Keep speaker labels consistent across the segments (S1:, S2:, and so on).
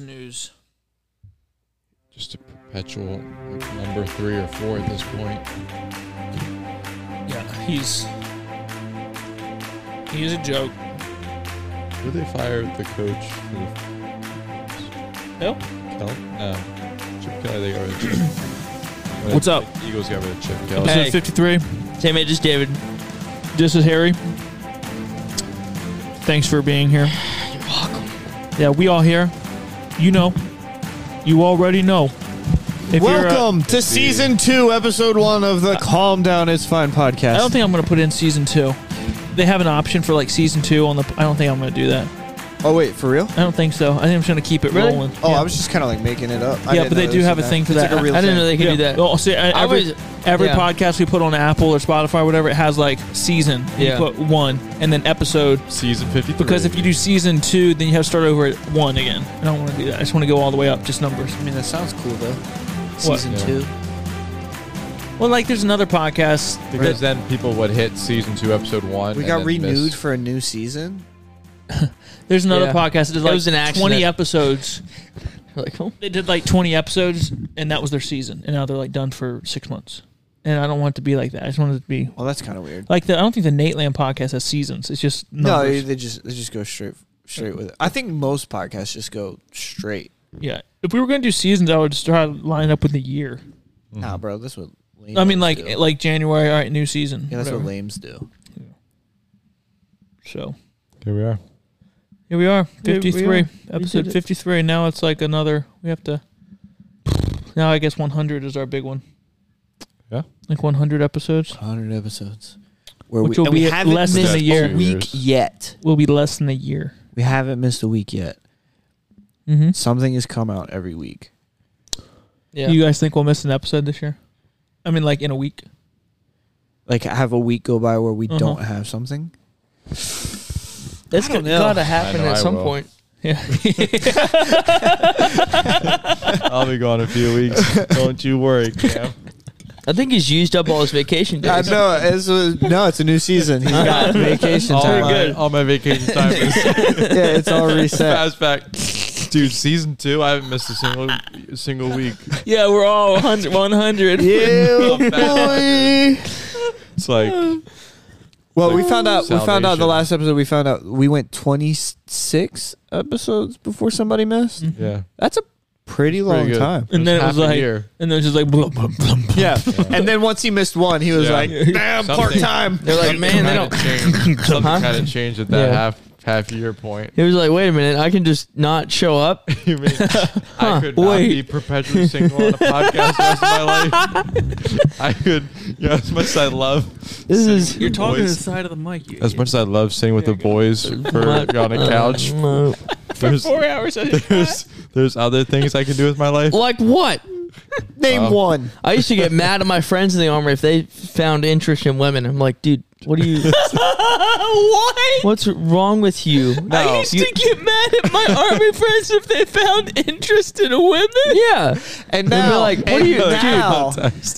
S1: news.
S2: Just a perpetual like, number three or four at this point.
S1: Yeah, he's he's a joke.
S2: Did they fire the coach for
S1: Hell,
S2: the Kel? No. Chip Kelly, they got rid of Chip.
S3: What's up?
S2: Eagles got rid of Chip Kelly.
S3: Episode
S1: Hey.
S3: 53.
S1: same age as David.
S3: This is Harry. Thanks for being here.
S1: You're welcome.
S3: Yeah, we all here. You know. You already know. If you're, uh,
S4: Welcome to season two, episode one of the Calm Down It's Fine podcast.
S3: I don't think I'm going to put in season two. They have an option for like season two on the. I don't think I'm going to do that.
S4: oh wait, for real?
S3: I don't think so. I think I'm just going to keep it
S1: Really?
S3: rolling.
S4: Oh,
S3: yeah.
S4: I was just kind of like making it up. I
S3: Yeah,
S4: didn't
S3: but they
S4: know
S3: do
S4: this
S3: have
S4: and
S3: a
S4: that.
S3: thing for
S4: It's
S3: that.
S4: Like a real
S1: I didn't
S4: thing.
S1: know they could do that.
S3: Well, see, I-
S1: I
S3: every,
S1: was-
S3: every
S1: yeah.
S3: podcast we put on Apple or Spotify or whatever, it has like season. and
S1: Yeah.
S3: You put one and then episode.
S2: Season 53.
S3: Because if you do season two, then you have to start over at one again. I don't want to do that. I just want to go all the way up, just numbers.
S1: I mean, that sounds cool though.
S3: What?
S1: Season
S2: Yeah.
S1: two.
S3: Well, like there's another podcast.
S2: Because then people would hit season two, episode one.
S4: We
S2: and
S4: got
S2: then
S4: renewed
S2: miss.
S4: for a new season.
S3: There's another
S1: Yeah.
S3: podcast that did
S1: It
S3: like
S1: was an
S3: 20
S1: accident.
S3: episodes.
S1: Like, oh,
S3: They did like 20 episodes, and that was their season. And now they're like done for six months. And I don't want it to be like that. I just want it to be
S4: Well, that's kind of weird.
S3: like the. I don't think the Nate Land podcast has seasons. It's just
S4: No,
S3: numbers.
S4: they just they just go straight straight with it. I think most podcasts just go straight.
S3: yeah. If we were gonna do seasons, I would just try to line up with the year.
S2: Mm.
S4: Nah, bro, that's what. Lame
S3: Mm-hmm. I mean, like
S4: do.
S3: like January, all right, new season.
S4: yeah, that's
S3: whatever.
S4: what lames do.
S3: So
S2: Here we are.
S3: Here we are,
S1: Here we
S3: 53,
S1: are. We did
S3: episode
S1: it.
S3: 53. Now it's like another, we have to, now I guess 100 is our big one.
S2: Yeah.
S3: Like 100 episodes.
S4: Hundred episodes. Where
S3: Which will
S4: and we
S3: be
S4: haven't
S3: less than
S4: missed
S3: a year.
S4: week yet.
S3: Will be less than a year.
S4: We haven't missed a week yet.
S3: Mm-hmm.
S4: Something has come out every week.
S1: yeah.
S3: You guys think we'll miss an episode this year? I mean, like in a week.
S4: Like have a week go by where we
S3: Uh-huh.
S4: don't have something.
S1: That's
S4: Mm-hmm. I don't
S1: got
S4: know.
S1: to happen
S2: I know
S1: at
S2: I
S1: some
S2: will.
S1: point.
S3: Yeah.
S2: I'll be gone in a few weeks. Don't you worry, Cam.
S1: I think he's used up all his vacation
S4: I
S1: days.
S4: know. It's a, no, it's a new season. He's got vacation
S2: all,
S4: time.
S2: my, all my vacation time is
S4: Yeah, it's all reset.
S2: fast back. Dude, season two, I haven't missed a single single week.
S1: yeah, we're all 100. 100.
S4: Yeah, boy.
S2: It's like
S4: Well, we found out. We found out
S2: Salvation.
S4: the last episode. We found out we went twenty six episodes before somebody missed.
S3: Mm-hmm.
S2: yeah,
S4: That's a pretty long
S2: good.
S4: time.
S3: and then it was
S2: half a
S3: like,
S2: year.
S3: and then it was just like, blum, blum, blum.
S4: Yeah. and then once he missed one, he was
S2: Yeah.
S4: like, "Damn,
S2: Something.
S4: part time."
S1: They're like, man, they don't.
S2: Something
S1: Huh?
S2: kind of changed at that
S1: Yeah.
S2: half half year point.
S1: It was like, wait a minute, I can just not show up.
S2: You mean I could not
S1: wait.
S2: be perpetually single on a podcast the rest of my life? I could, you know, as much as I love
S1: This is
S3: You're talking to the
S2: Boys.
S3: side of the mic. You,
S2: as much as I love sitting with the boys for on a couch.
S3: Uh, for
S2: There's,
S3: four hours. I just-
S2: there's there's other things I can do with my life.
S1: Like what?
S4: Name
S2: Wow.
S4: one.
S1: I used to get mad at my friends in the army if they found interest in women. I'm like, dude, what are you?
S3: what?
S1: What's wrong with you?
S3: I used to get mad at my army friends if they found interest in a women.
S1: yeah.
S4: And
S1: They'd be
S4: now,
S1: like, what
S4: and
S1: are you-
S4: now,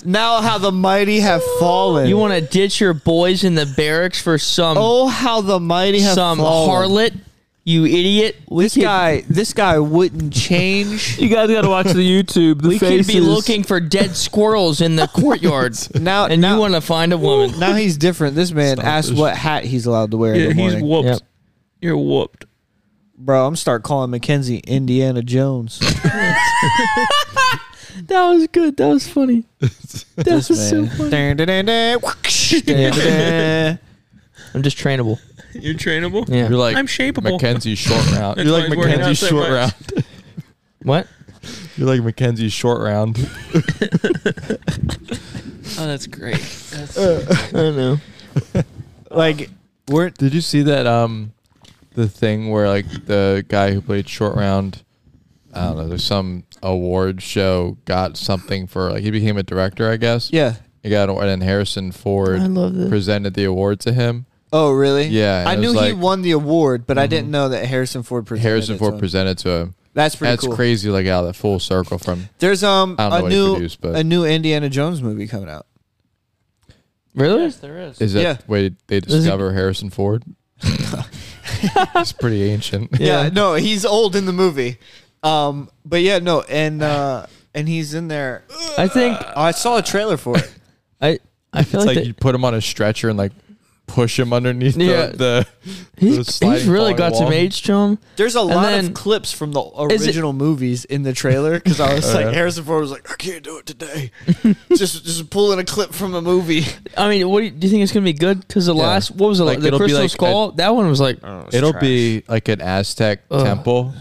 S4: now how the mighty have fallen.
S1: You want to ditch your boys in the barracks for some
S4: Oh, how the mighty have
S1: some
S4: fallen.
S1: harlot? You idiot! We
S4: This
S1: could-
S4: guy, this guy wouldn't change.
S3: You guys got to watch the YouTube. The
S1: We could be looking for dead squirrels in the courtyard,
S4: Now,
S1: and
S4: now,
S1: you want to find a woman.
S4: now he's different. This man asked
S2: Selfish.
S4: what hat he's allowed to wear in
S3: Yeah,
S4: the
S3: he's
S4: morning.
S3: whooped.
S1: Yep.
S3: You're whooped.
S4: Bro, I'm start calling Mackenzie Indiana Jones.
S1: That was good. That was funny. That was
S4: Man. Dun, dun, dun, dun, whoosh, dun, dun,
S1: I'm just trainable.
S3: You're trainable.
S1: Yeah.
S2: You're like
S3: I'm shapeable.
S2: Mackenzie short round.
S3: That's
S2: You're
S3: why
S2: like
S3: he's working out
S2: Mackenzie
S3: so
S2: short
S3: much.
S2: round.
S1: What?
S2: You're like Mackenzie short round.
S3: Oh, that's great. That's,
S1: I don't know.
S4: dun. like, we're
S2: Did you see that um the thing where like the guy who played short round I don't know, there's some award show got something for like he became a director, I guess.
S4: yeah.
S2: He got an award and Harrison Ford
S1: I love this.
S2: presented the award to him.
S4: Oh, really?
S2: Yeah,
S4: I
S2: it
S4: knew
S2: was
S4: he
S2: like- Mm-hmm.
S4: won the award, but I didn't know that Harrison Ford presented.
S2: Harrison
S4: it to
S2: Ford
S4: him.
S2: presented to him.
S4: That's pretty
S2: That's
S4: cool.
S2: crazy like out of that full circle from
S4: There's um
S2: I don't know
S4: a
S2: what he
S4: new
S2: produced, but-
S4: a new Indiana Jones movie coming out.
S1: Really?
S3: there is.
S2: is that
S4: Yeah.
S2: way they
S1: it-
S2: discover Harrison Ford? He's pretty ancient.
S4: Yeah.
S1: Yeah.
S4: no, he's old in the movie. Um, but yeah, no, and uh, and he's in there. Oh,
S1: I think
S4: I saw a trailer for it.
S1: I I feel
S2: Uh,
S1: like,
S2: It's like
S1: that
S2: you put him on a stretcher and like push him underneath the-
S1: Yeah.
S2: the,
S1: he's,
S2: sliding
S1: he's really
S2: falling
S1: got some
S2: wall.
S1: age to him.
S4: There's a lot
S1: then-
S4: of clips from the
S1: Is it-
S4: original movies in the trailer because I was
S2: Oh,
S4: like,
S2: yeah.
S4: Harrison Ford was like, I can't do it today. just just pulling a clip from a movie.
S1: I mean, what do you, do you think it's gonna be good? Because the
S2: Yeah.
S1: last what was it?
S2: Like,
S1: the
S2: it'll be
S1: Crystal
S2: like a-
S1: Skull. that one was like
S2: It'll be like an Aztec
S1: Ugh.
S2: temple,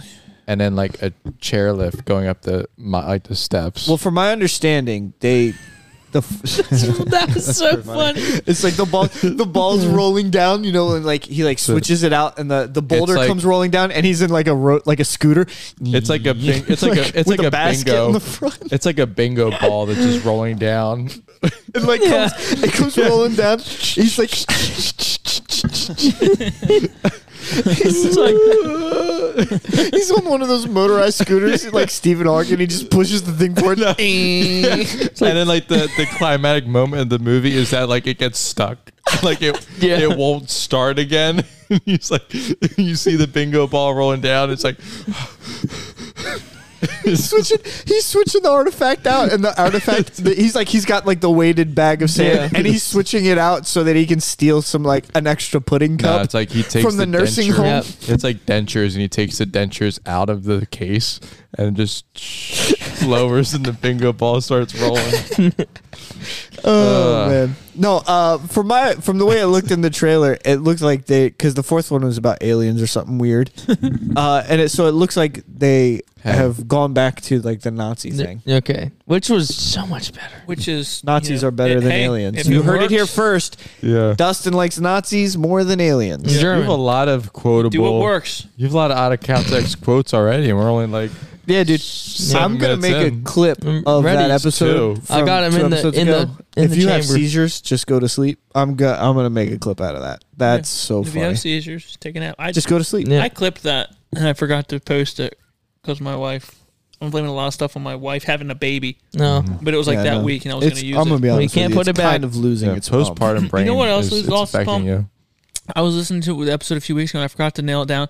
S2: and then like a chairlift going up the mi- like the steps.
S4: Well, from my understanding, they the f-
S1: that was so funny.
S4: it's like the ball the ball's rolling down, you know, and like he like switches it out, and the the boulder
S2: like-
S4: comes rolling down, and he's in like a ro- like a scooter.
S2: it's like a bing- it's like a it's
S4: with
S2: like a
S4: basket in
S2: bingo.
S4: the front.
S2: It's like a bingo ball that's just rolling down.
S4: It like
S1: Yeah.
S4: comes, it comes rolling down. He's like,
S1: It's like
S4: he's on one of those motorized scooters, like Stephen Hawking. He just pushes the thing forward.
S2: and then like the the climatic moment of the movie is that like it gets stuck, like it
S1: Yeah.
S2: it won't start again. He's like, you see the bingo ball rolling down. It's like
S4: He's switching, he's switching the artifact out, and the artifact. the, he's like he's got like the weighted bag of sand,
S1: Yeah.
S4: and he's switching it out so that he can steal some like an extra pudding cup.
S2: no, it's like he takes
S4: from the nursing
S2: denture-
S4: home.
S1: Yep.
S2: It's like dentures, and he takes the dentures out of the case and just lowers, and the bingo ball starts rolling.
S4: Oh
S2: Uh.
S4: man, no. Uh, from my from the way it looked in the trailer, it looked like they because the fourth one was about aliens or something weird, uh, and it, so it looks like they
S2: Hey.
S4: have gone back to like the Nazi thing.
S1: okay, which was so much better.
S3: Which is
S4: Nazis are better than aliens. You heard it here first.
S2: Yeah,
S4: Dustin likes Nazis more than aliens.
S2: you have a
S1: German.
S2: lot of quotable.
S3: Do what works.
S2: You have a lot of out of context quotes already, and we're only like
S4: Yeah, dude.
S2: Seven
S4: I'm gonna
S2: minutes
S4: make
S2: in.
S4: a clip
S1: I'm
S4: of
S1: ready.
S4: that episode.
S2: Two.
S1: I
S4: from
S1: got him
S4: two
S1: in the-
S4: episodes
S1: in the-
S4: ago.
S1: in
S4: if
S1: the
S4: you have
S1: chamber.
S4: seizures, just go to sleep. I'm go- I'm gonna make a clip out of that. That's so
S3: If you have
S4: funny.
S3: seizures, just take a nap. I
S4: Just go to sleep.
S1: Yeah.
S3: I clipped that and I forgot to post it because my wife. I'm blaming a lot of stuff on my wife having a baby,
S1: No,
S3: but it was like
S4: Yeah,
S3: that
S4: no.
S3: week and I was going
S4: It's-
S3: to use
S4: I'm gonna
S3: it.
S4: be
S1: We
S4: honest.
S1: can't put
S4: with you.
S1: it
S4: it's
S1: back.
S4: Kind of losing
S2: yeah,
S4: its problem.
S2: postpartum brain.
S3: what else
S2: is,
S3: is
S2: it's
S3: lost
S2: affecting
S3: pump?
S2: you?
S3: I was listening to the episode a few weeks ago and I forgot to nail it down.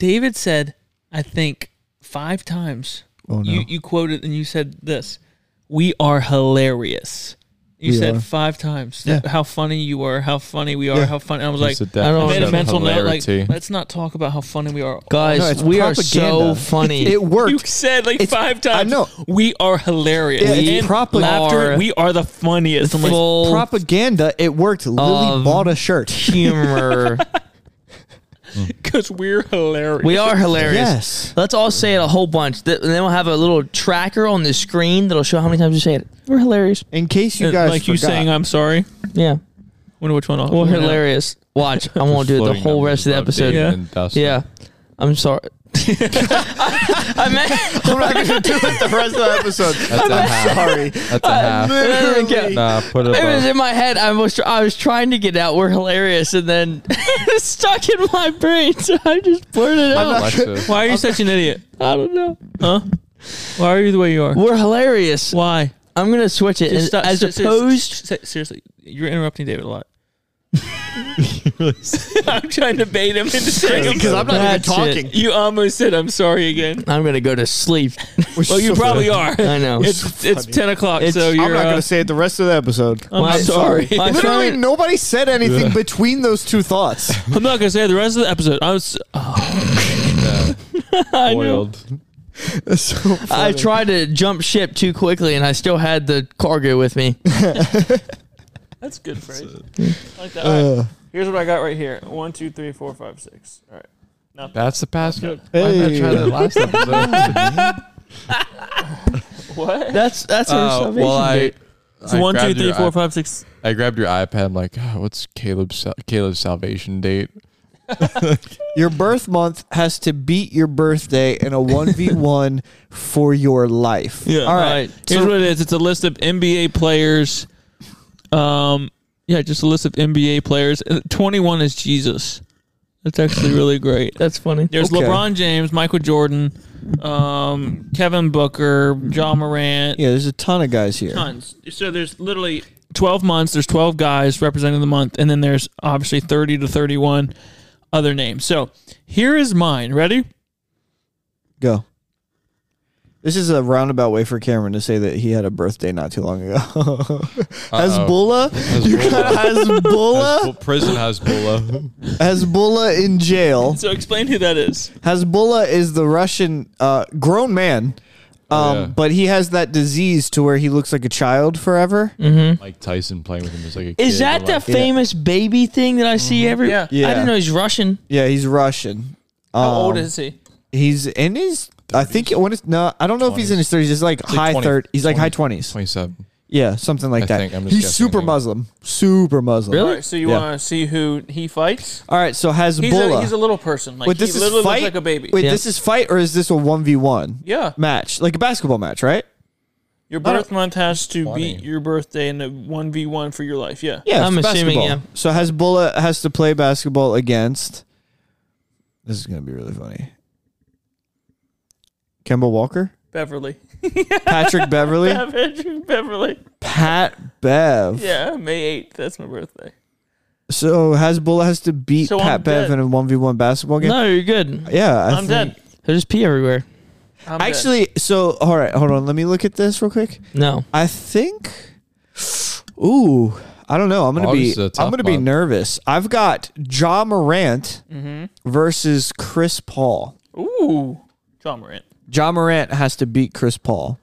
S3: David said, I think five times
S4: Oh no.
S3: you, you quoted and you said this we are hilarious you
S4: We
S3: said
S4: are.
S3: five times
S4: Yeah.
S3: that how funny you are how funny we are
S4: Yeah.
S3: how funny i was
S2: It's
S3: like
S2: a
S1: don't
S3: i made
S2: definition
S3: a
S2: of
S3: mental note like
S2: hilarity.
S3: let's not talk about how funny we are
S1: guys,
S4: No, it's
S1: we are so
S4: propaganda.
S1: funny.
S4: it
S3: you
S4: worked.
S3: said like
S4: It's-
S3: five
S4: I
S3: times
S4: know.
S3: we are hilarious
S4: Yeah, it's
S3: And
S4: propa-
S3: laughter
S1: are
S3: we are the funniest I'm like,
S1: full
S4: Propaganda. It worked. Lily
S1: Um,
S4: bought a shirt.
S1: humor.
S3: because we're hilarious
S1: we are hilarious.
S4: Yes.
S1: Let's all say it a whole bunch. Th- and then we'll have a little tracker on the screen that'll show how many times you say it. We're hilarious.
S4: In case you
S3: And
S4: guys
S3: like
S4: forgot,
S3: you saying uh, i'm sorry
S1: Yeah.
S3: wonder which one I'll
S1: We're
S3: I'll know.
S1: hilarious. Watch. I won't do it the
S2: Floating
S1: whole rest of the
S2: numbers
S1: episode.
S2: David
S3: Yeah.
S2: and Dustin.
S1: Yeah. I'm sorry. I, meant
S4: I'm not gonna do it the rest of the episode.
S2: That's a half.
S4: Sorry.
S2: That's a half.
S1: Literally.
S2: Nah, put it.
S1: it was
S2: above.
S1: in my head. I was tr- I was trying to get out. We're hilarious, and then it's stuck in my brain, so I just blurted it out.
S2: Alexa.
S3: why are you such an idiot
S1: I don't know.
S3: huh why are you the way you are
S1: We're hilarious.
S3: why
S1: I'm gonna switch it
S3: Just
S1: and-
S3: stop-
S1: as
S3: se- se-
S1: opposed.
S3: se- seriously, you're interrupting David a lot. I'm trying to bait him into saying
S4: Because I'm not even
S1: That's it.
S4: talking.
S3: You almost said I'm sorry again.
S1: I'm gonna go to sleep.
S3: Well, you probably are.
S1: I know.
S3: It's it's ten o'clock,
S1: It's-
S3: so
S1: I'm
S3: you're.
S4: I'm not
S3: uh,
S4: gonna say it the rest of the episode.
S3: I'm
S1: My-
S3: sorry.
S1: my
S4: Literally,
S1: son-
S4: nobody said anything between those two thoughts.
S3: I'm not gonna say the rest of the episode. uh, I was.
S1: I know.
S2: Oiled.
S4: so
S1: I tried to jump ship too quickly, and I still had the cargo with me.
S3: That's good phrase. like that.
S4: Uh,
S3: Here's what I got right here. One, two, three, four, five, six. All right.
S2: That's the passcode. Why did I
S4: hey.
S2: try that last episode?
S3: What?
S1: That's that's
S3: Oh,
S1: our
S2: Uh,
S1: salvation
S2: well, I.
S1: date.
S3: It's one, two,
S2: grabbed
S3: three,
S2: your
S3: four,
S2: iP-
S3: five, six.
S2: I grabbed your iPad. I'm like, oh, what's Caleb's sal- Caleb's salvation date?
S4: your birth month has to beat your birthday in a 1v1 for your life.
S3: Yeah.
S4: All right.
S3: Here's
S4: So-
S3: what it is. It's a list of NBA players. Um, yeah, just a list of NBA players. Uh, 21 is Jesus. That's actually really great.
S1: That's funny.
S3: There's
S4: Okay.
S3: LeBron James, Michael Jordan, um, Kevin Booker, John Morant.
S4: Yeah, there's a ton of guys here.
S3: Tons. So there's literally 12 months. There's 12 guys representing the month, and then there's obviously 30 to 31 other names. So here is mine. Ready?
S4: Go. This is a roundabout way for Cameron to say that he had a birthday not too long ago. Hezbollah? You got Hezbollah?
S2: Hezbo- prison Hezbollah.
S4: Hezbollah in jail.
S3: So explain who that is.
S4: Hezbollah is the Russian uh, grown man, um,
S2: yeah.
S4: but he has that disease to where he looks like a child forever.
S2: Mike Tyson playing with him as like a kid.
S1: Is that the
S2: like,
S1: famous baby thing that I see every?
S3: Yeah.
S1: I
S4: Mm-hmm. Yeah.
S1: didn't know he's Russian.
S4: Yeah, he's Russian.
S3: How
S4: Um,
S3: old is he?
S4: He's in his. I think when it's no, I don't know if he's in his thirties. He's like
S2: like
S4: high
S2: 20,
S4: third. He's like high
S2: 20.
S4: twenties.
S2: 27.
S4: Yeah, something like
S2: I
S4: that.
S2: think, I'm just
S4: he's
S2: guessing,
S4: super
S2: yeah.
S4: Muslim. Super Muslim.
S1: Really?
S3: All right, so you
S4: Yeah.
S3: want to see who he fights?
S4: All right. So Hezbollah.
S3: He's a, he's a little person. Like
S4: Wait,
S3: he
S4: this is
S3: literally
S4: fight.
S3: looks like a baby.
S4: Wait,
S1: Yeah.
S4: this is fight or is this a one v one
S3: Yeah,
S4: match, like a basketball match, right?
S3: your birth month has to
S2: Funny.
S3: beat your birthday in a one v one for your life. Yeah.
S4: Yeah,
S1: I'm
S4: it's
S1: assuming,
S4: basketball.
S1: yeah.
S4: So Hezbollah has to play basketball against. This is gonna be really funny. Kemba Walker,
S3: Beverly.
S4: Patrick Beverly,
S3: Patrick Beverly.
S4: Pat Bev.
S3: Yeah, May eighth. That's my birthday.
S4: So Hezbollah has to beat
S3: So
S4: Pat
S3: I'm
S4: Bev
S3: dead.
S4: in a one v one basketball game.
S1: No, you're good.
S4: Yeah, I
S3: I
S4: think-
S3: am dead.
S1: I just pee everywhere.
S3: I'm dead.
S4: Actually, so all right, hold on. Let me look at this real quick.
S1: No,
S4: I think. Ooh, I don't know. I'm gonna
S2: August
S4: be.
S2: is a
S4: I'm
S2: tough
S4: gonna be
S2: month.
S4: nervous. I've got Ja Morant
S3: Mm-hmm.
S4: versus Chris Paul.
S3: ooh, John Morant.
S4: John Morant has to beat Chris Paul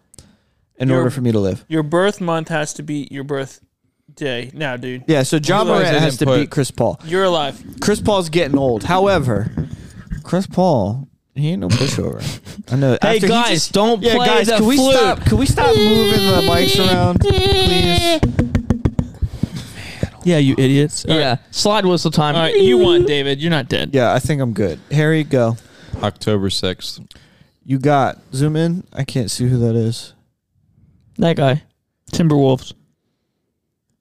S4: in
S3: Your-
S4: order for me to live.
S3: Your birth month has to beat your birth day. Now, dude,
S4: Yeah, so John
S2: Otherwise,
S4: Morant
S2: they
S4: has to
S2: didn't put-
S4: beat Chris Paul.
S3: you're alive.
S4: Chris Paul's getting old. However, Chris Paul, he ain't no pushover. I know.
S1: Hey,
S4: After he
S1: guys,
S4: just-
S1: don't
S4: yeah,
S1: play
S4: guys,
S1: the
S4: can we
S1: flute.
S4: stop? Can we stop moving the mics around, please?
S3: Yeah, you idiots. All right.
S1: yeah, slide whistle time.
S3: All right, you won, David. You're not dead.
S4: Yeah, I think I'm good. Harry, go.
S2: October 6th.
S4: You got zoom in. I can't see who that is.
S1: That guy.
S3: Timberwolves.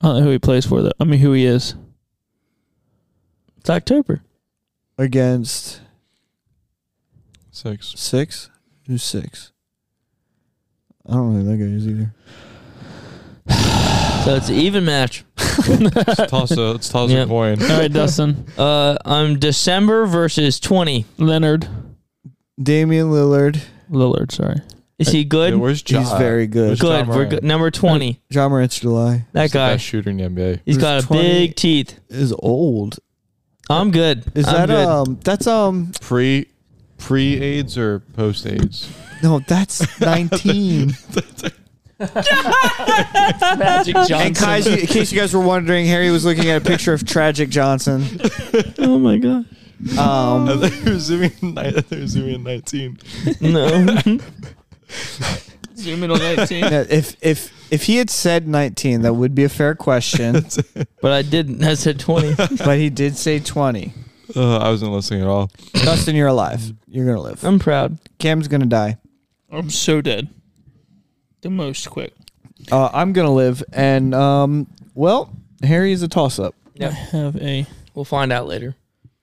S3: I don't know who he plays for, though. I mean, who he is.
S1: It's October.
S4: Against
S2: Six.
S4: six. Who's six? I don't know who that guy is either.
S1: So it's an even match.
S2: Let's toss a, let's toss
S1: Yeah.
S2: a coin.
S3: All right, Dustin.
S1: Uh, I'm December versus twenty.
S3: Leonard.
S4: Damian Lillard.
S3: Lillard, sorry.
S1: Is he
S2: Yeah,
S1: good?
S2: where's John?
S4: He's very good.
S2: Who's Ja
S1: Good. We're
S2: Morant?
S1: good. Number twenty.
S4: John Morant's July
S1: That guy.
S2: Best shooter in the NBA.
S1: He's
S4: Who's
S1: got a
S4: 20?
S1: big teeth.
S4: is old.
S1: I'm good.
S4: Is
S1: I'm
S4: that
S1: good.
S4: um? That's um.
S2: Pre pre AIDS or post AIDS?
S4: No, that's nineteen.
S3: Magic
S4: and guys, in case you guys were wondering, Harry was looking at a picture of Tragic Johnson.
S1: Oh my god.
S4: Um,
S2: thought you were zooming in ni- I thought you were zooming in 19.
S1: No.
S3: Zoom in on 19.
S4: yeah, if if if he had said nineteen, that would be a fair question.
S1: but I didn't. I said twenty.
S4: but he did say twenty.
S2: Uh, I wasn't listening at all.
S4: Dustin, you're alive. You're gonna live.
S1: I'm proud.
S4: Cam's gonna die.
S3: I'm so dead. The most quick.
S4: Uh, I'm gonna live. And um, well, Harry is a toss-up.
S3: I have a
S1: We'll find out later.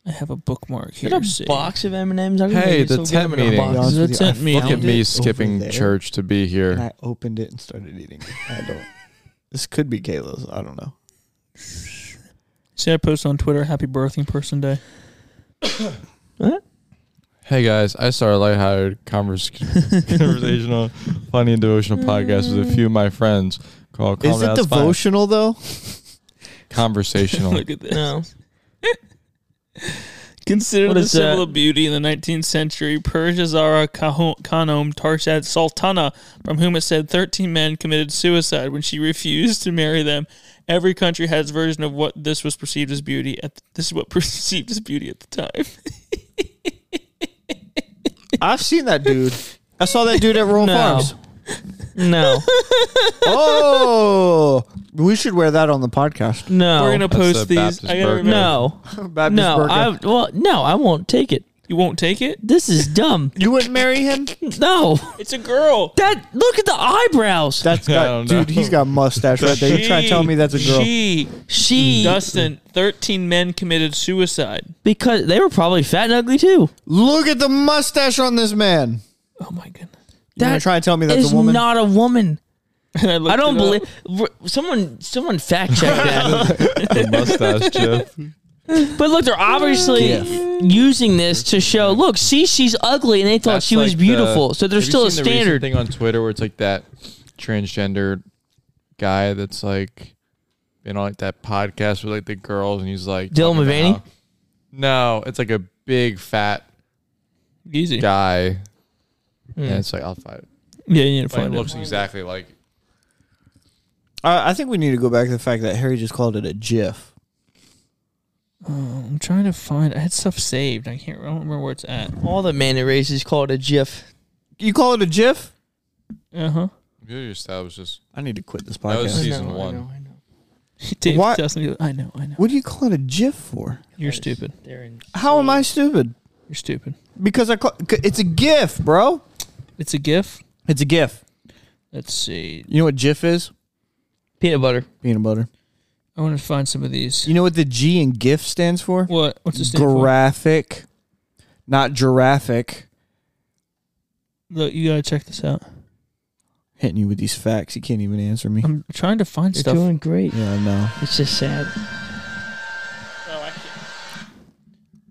S3: I have a bookmark here.
S1: Get a
S3: saved.
S1: box of M and M's. I didn't
S2: Hey,
S1: think it's
S2: the
S1: so good
S2: tent
S1: having a box.
S2: meeting.
S4: To be honest
S3: That's
S4: with you, I
S3: it, me.
S2: Look at
S4: found it
S2: me
S4: over
S2: skipping
S4: there,
S2: church to be
S4: And
S2: here.
S4: I opened it and started eating. it. I don't. This could be Kayla's. I don't know.
S3: See, I posted on Twitter, Happy Birthing Person Day.
S2: Hey guys, I started a lighthearted convers- conversational, funny and devotional podcast with a few of my friends called Calm
S4: Is it
S2: Down, It's Fine.
S4: devotional though?
S2: Conversational.
S3: Look at this.
S1: No.
S3: Considered
S1: What
S3: the
S1: is that?
S3: symbol of beauty in the 19th century, Persia Zara Kaho- Khanum Tarshad Sultana, from whom it said 13 men committed suicide when she refused to marry them. Every country has version of what this was perceived as beauty. At this is what perceived as beauty at the time.
S4: I've seen that dude. I saw that dude at Royal
S1: No.
S4: Farms.
S1: No.
S4: Oh, we should wear that on the podcast.
S1: No.
S3: We're gonna
S2: That's a
S3: post these.
S2: Baptist
S3: I gotta
S2: burger.
S3: remember.
S1: no.
S4: Baptist
S1: No.
S4: burger.
S1: I well no. I won't take it.
S3: You won't take it.
S1: This is dumb.
S4: you wouldn't marry him?
S1: No.
S3: It's a girl.
S1: That look at the eyebrows.
S4: That's
S2: I
S4: got
S2: don't know.
S4: dude. He's got mustache right there. You trying to tell me that's a girl?
S3: She,
S1: she
S3: Dustin. Thirteen men committed suicide.
S1: because they were probably fat and ugly too.
S4: Look at the mustache on this man.
S3: Oh my goodness.
S4: You gonna
S1: That
S4: try and tell me that's
S1: is
S4: a woman?
S1: not a woman.
S3: And
S1: I
S3: looked
S1: don't
S3: it up.
S1: believe. Someone, someone fact check that.
S2: the mustache, Jeff.
S1: But look, they're obviously
S4: Gif.
S1: using this to show. Look, see, she's ugly, and they thought
S2: That's
S1: she was
S2: like the-
S1: beautiful. so
S2: have
S1: there's
S2: you
S1: still a
S2: seen the recent
S1: standard.
S2: thing on Twitter where it's like that transgender guy that's like been on like that podcast with like the girls, and he's like
S1: Dylan
S2: talking about
S1: Mulvaney?
S2: how- No, it's like a big fat
S3: Easy. Yeah,
S2: guy,
S1: Hmm.
S2: and it's like I'll find it.
S3: you need to
S2: Like, it
S3: find it.
S2: looks exactly like.
S4: I, I think we need to go back to the fact that Harry just called it a GIF.
S3: I'm trying to find. I had stuff saved. I can't. I don't remember where it's at.
S1: All the mana races call it a GIF.
S4: You call it a GIF?
S3: Uh huh.
S2: You just that was just
S4: I need to quit this
S2: That was
S4: podcast.
S2: season one.
S3: Dave
S4: Why-
S3: tells me, I know, I know.
S4: What do you call it a GIF for?
S3: You're stupid.
S4: How am I stupid?
S3: You're stupid.
S4: Because I call, c- it's a GIF, bro.
S3: It's a GIF.
S4: It's a GIF.
S3: Let's see.
S4: You know what GIF is?
S1: Peanut butter.
S4: Peanut butter.
S3: I want to find some of these.
S4: You know what the G in GIF stands for?
S3: What? What's this?
S4: Graphic, not giraffic.
S3: Look, you gotta check this out.
S4: Hitting you with these facts, you can't even answer me.
S3: I'm trying to find stuff.
S1: great.
S4: Yeah, I know.
S1: It's just sad.
S3: oh, I can't.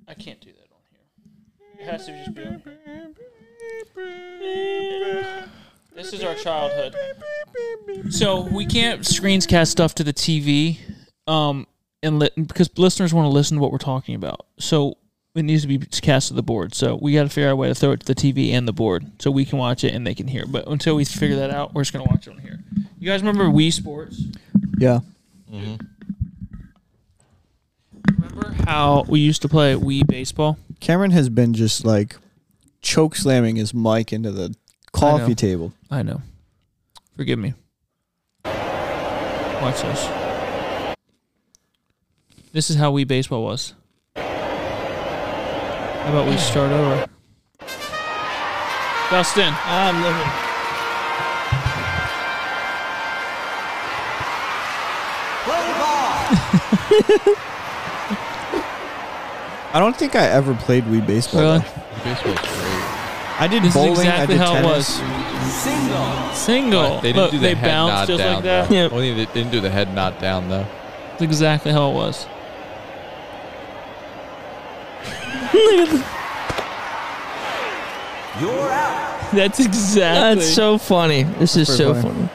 S3: I can't do that on here. It has to just be on here. This is our childhood. So we can't screenscast stuff to the TV, um, and li- because listeners want to listen to what we're talking about. So it needs to be cast to the board. So we got to figure out a way to throw it to the TV and the board, so we can watch it and they can hear. But until we figure that out, we're just gonna watch it on here. You guys remember Wii Sports?
S4: Yeah.
S3: Remember how we used to play Wii baseball?
S4: Cameron has been just like choke slamming his mic into the coffee table.
S3: I know. Forgive me. Watch this. This is how we baseball was. How about we start over? Dustin,
S1: I'm living.
S4: I don't think I ever played Wii baseball.
S3: Really?
S4: though.
S2: Baseball's great.
S4: I did
S3: This is
S4: bowling. I
S3: exactly
S4: did
S3: how it
S4: tennis.
S3: was. Single.
S2: They didn't
S3: Look,
S2: do the
S3: they
S2: head nod
S3: bounced just
S2: down.
S3: like that.
S2: though.
S1: Yeah.
S2: Only they didn't do the head nod down though.
S3: That's exactly how it was. You're out. That's exactly.
S1: That's so funny. This is
S4: Pretty
S1: so
S4: funny.
S1: funny.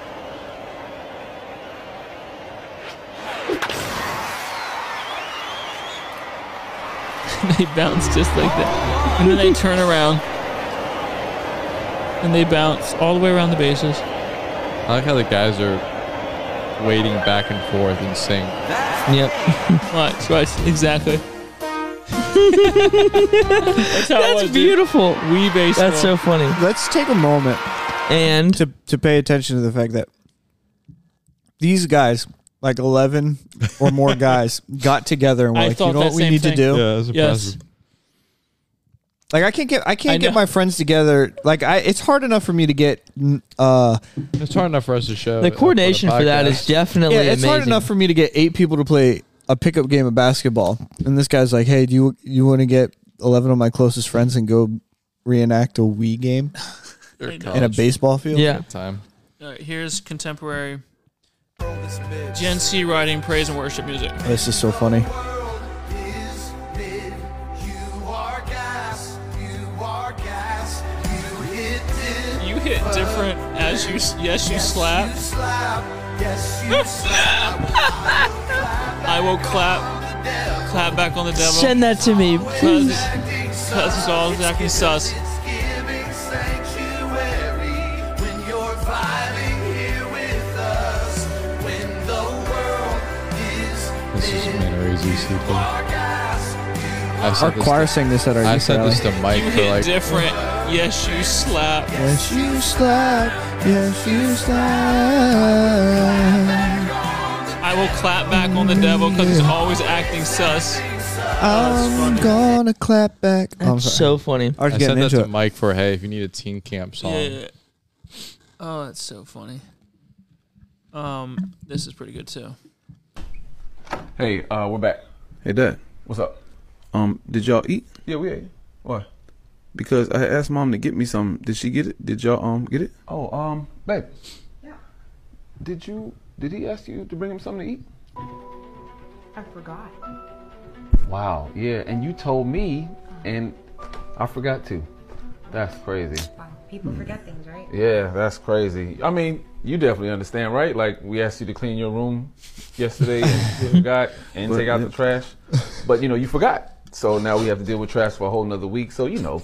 S3: they bounce just like that. And then they turn around. And they bounce all the way around the bases.
S2: I like how the guys are waiting back and forth and sync.
S1: Yep.
S3: Watch, watch, exactly. That's how it was,
S1: That's
S3: dude.
S1: beautiful.
S3: Wii baseball.
S1: That's so funny.
S4: Let's take a moment
S1: And
S4: to to pay attention to the fact that these guys, like eleven or more guys, got together and were
S3: I
S4: like, "You
S3: thought
S4: know what
S3: that
S4: we
S3: same
S4: need to
S3: thing.
S4: do?
S2: that's
S3: yes.
S4: Like, I can't get I can't
S3: I
S4: get
S3: know.
S4: my friends together. Like, I it's hard enough for me to get mm, uh
S2: It's hard enough for us to show.
S1: the coordination for that is definitely
S4: yeah, it's
S1: amazing.
S4: hard enough for me to get eight people to play a pickup game of basketball, and this guy's like, "Hey, do you you want to get eleven of my closest friends and go reenact a Wii game in
S2: Oh,
S4: a baseball field?"
S1: yeah.
S2: time.
S3: All right, here's contemporary Gen C writing, praise, and worship music.
S4: this is so funny.
S3: You hit different as you, yes, you slap. I will clap, clap back on the devil.
S1: Send that to me,
S3: Cause,
S1: please.
S3: it's- cause it's all exactly sus.
S2: This is Mannerizzi people. I
S4: Our
S2: sent this
S4: choir
S2: To,
S4: sang this at our
S2: I
S4: youth
S2: sent
S4: rally.
S2: this to Mike
S3: You
S2: for
S3: hit
S2: like.
S3: different. Yes, you slap.
S4: Yes, you slap. Yes, you slap.
S3: I will clap back on the devil because it's always acting sus.
S4: I'm gonna clap back. Oh, I'm
S1: That's so funny.
S4: I was
S2: I sent
S4: getting
S2: that
S4: into
S2: to
S4: it.
S2: Mike for hey, if you need a teen camp song.
S3: Yeah. Oh, that's so funny. Um, this is pretty good too.
S5: Hey, uh, we're back.
S6: Hey, Dad.
S5: What's up?
S6: Um, did y'all eat?
S5: Yeah, we ate. Why?
S6: Because I asked Mom to get me some. Did she get it? Did y'all um get it?
S5: Oh, um, babe. Yeah. Did you? Did he ask you to bring him something to eat?
S7: I forgot.
S5: Wow. Yeah. And you told me, and I forgot to. That's crazy.
S7: Wow, people
S8: Hmm.
S7: forget things, right?
S5: Yeah, that's crazy. I mean, you definitely understand, right? Like we asked you to clean your room yesterday, and you forgot, and take out the trash. But you know, you forgot. So now we have to deal with trash for a whole nother week. So you know,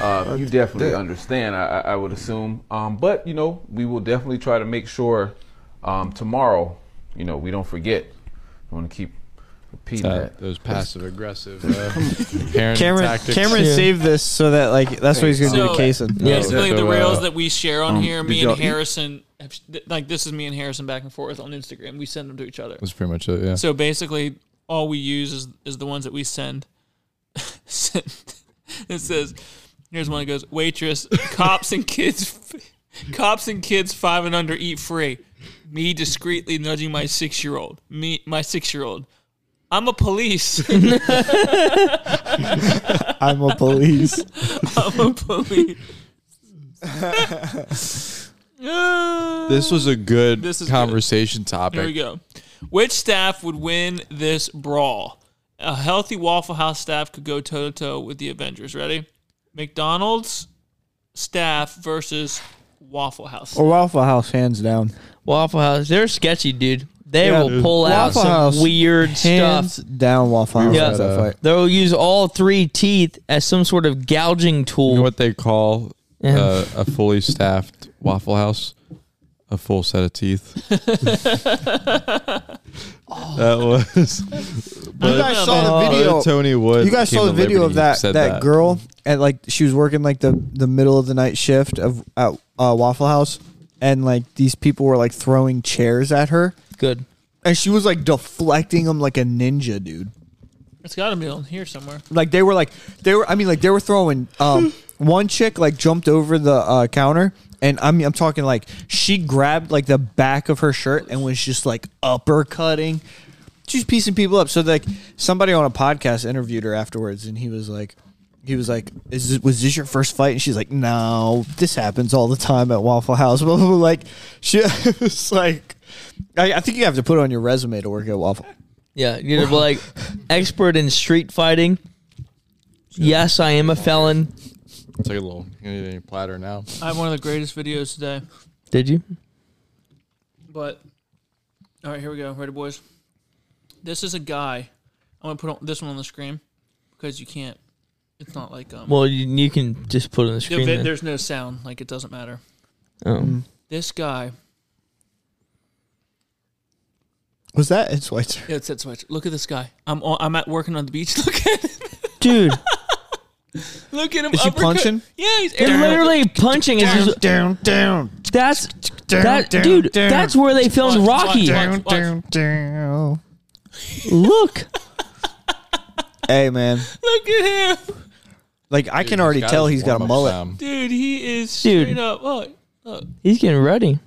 S5: uh, you definitely understand. I, I I would assume. Um, but you know, we will definitely try to make sure um, tomorrow. You know, we don't forget. I want to keep repeating that.
S2: Those passive aggressive uh, parent
S4: Cameron,
S2: tactics.
S4: Cameron
S1: Yeah.
S4: saved this so that like that's what he's gonna do to Kason.
S2: Yeah.
S3: Basically,
S2: so,
S3: the
S2: uh,
S3: reels that we share on
S6: um,
S3: here,
S6: did
S3: me and
S6: y'all eat?
S3: Harrison, have, sh- th- like this is me and Harrison back and forth on Instagram. We send them to each other.
S2: That's pretty much it. Yeah.
S3: So basically, all we use is, is the ones that we send. it says, here's one that goes, waitress, cops and kids, cops and kids five and under eat free. Me discreetly nudging my six year old. Me, my six year old. I'm a police.
S4: I'm a police.
S3: I'm a police. Ah.
S2: this was a good
S3: This is good.
S2: conversation topic.
S3: Here we go. Which staff would win this brawl? A healthy Waffle House staff could go toe to toe with the Avengers. Ready? McDonald's staff versus Waffle House.
S1: Oh.
S4: or Waffle House, hands down.
S1: Waffle House, they're sketchy, dude. They
S4: Yeah,
S1: will
S4: dude.
S1: pull out
S4: Waffle
S1: some
S4: House,
S1: weird
S4: Hands
S1: stuff.
S4: down, Waffle House.
S1: Yeah.
S4: wins that fight.
S1: They'll use all three teeth as some sort of gouging tool.
S2: You know what they call
S1: Yeah.
S2: uh, a fully staffed Waffle House? A full set of teeth. that was.
S4: You guys saw the
S2: but uh,
S4: video.
S2: Tony Wood.
S4: You guys
S2: came
S4: saw the
S2: to
S4: video
S2: Liberty
S4: of that that,
S2: said
S4: girl at like she was working like the the middle of the night shift of at uh, Waffle House, and like these people were like throwing chairs at her,
S1: Good.
S4: and she was like deflecting them like a ninja, dude.
S3: It's got to be on here somewhere.
S4: Like they were like they were. I mean, like they were throwing. Um, one chick like jumped over the uh, counter, and I mean, I'm talking like she grabbed like the back of her shirt and was just like uppercutting. She's piecing people up. So like somebody on a podcast interviewed her afterwards, and he was like. He was like, "Is this, was this your first fight?" And she's like, "No, this happens all the time at Waffle House." Blah, blah, blah. Like, she it was like, I, I think you have to put it on your resume to work at Waffle.
S1: Yeah, you're gonna be like expert in street fighting. Yes, I am a felon.
S2: Take a little. You need any platter now?
S3: I have one of the greatest videos today,
S1: Did you?
S3: but all right, here we go. Ready, boys? This is a guy. I'm gonna put on, this one on the screen because you can't. It's not like um.
S1: Well, you, you can just put it on the
S3: Yeah,
S1: screen.
S3: but
S1: then.
S3: there's no sound. Like it doesn't matter.
S1: Um,
S3: This guy.
S4: Was that in Schweitzer?
S3: Yeah, it's that switch. Look at this guy. I'm on, I'm at working on the beach. Look at him.
S1: dude,
S3: Look at him.
S4: Is she
S3: uppercut.
S4: punching?
S3: Yeah, he's
S1: they're literally punching. Is
S4: down, down, down,
S1: that's
S4: down,
S1: that
S4: down,
S1: dude.
S4: down,
S1: That's where they filmed
S3: Watch, watch,
S1: Rocky.
S4: down,
S3: watch.
S4: down, down.
S1: Look,
S4: Hey man,
S3: Look at him,
S4: like I can already tell he's got a mullet.
S3: dude. He is
S1: Dude.
S3: straight up. Oh, Look, look,
S1: he's getting ready.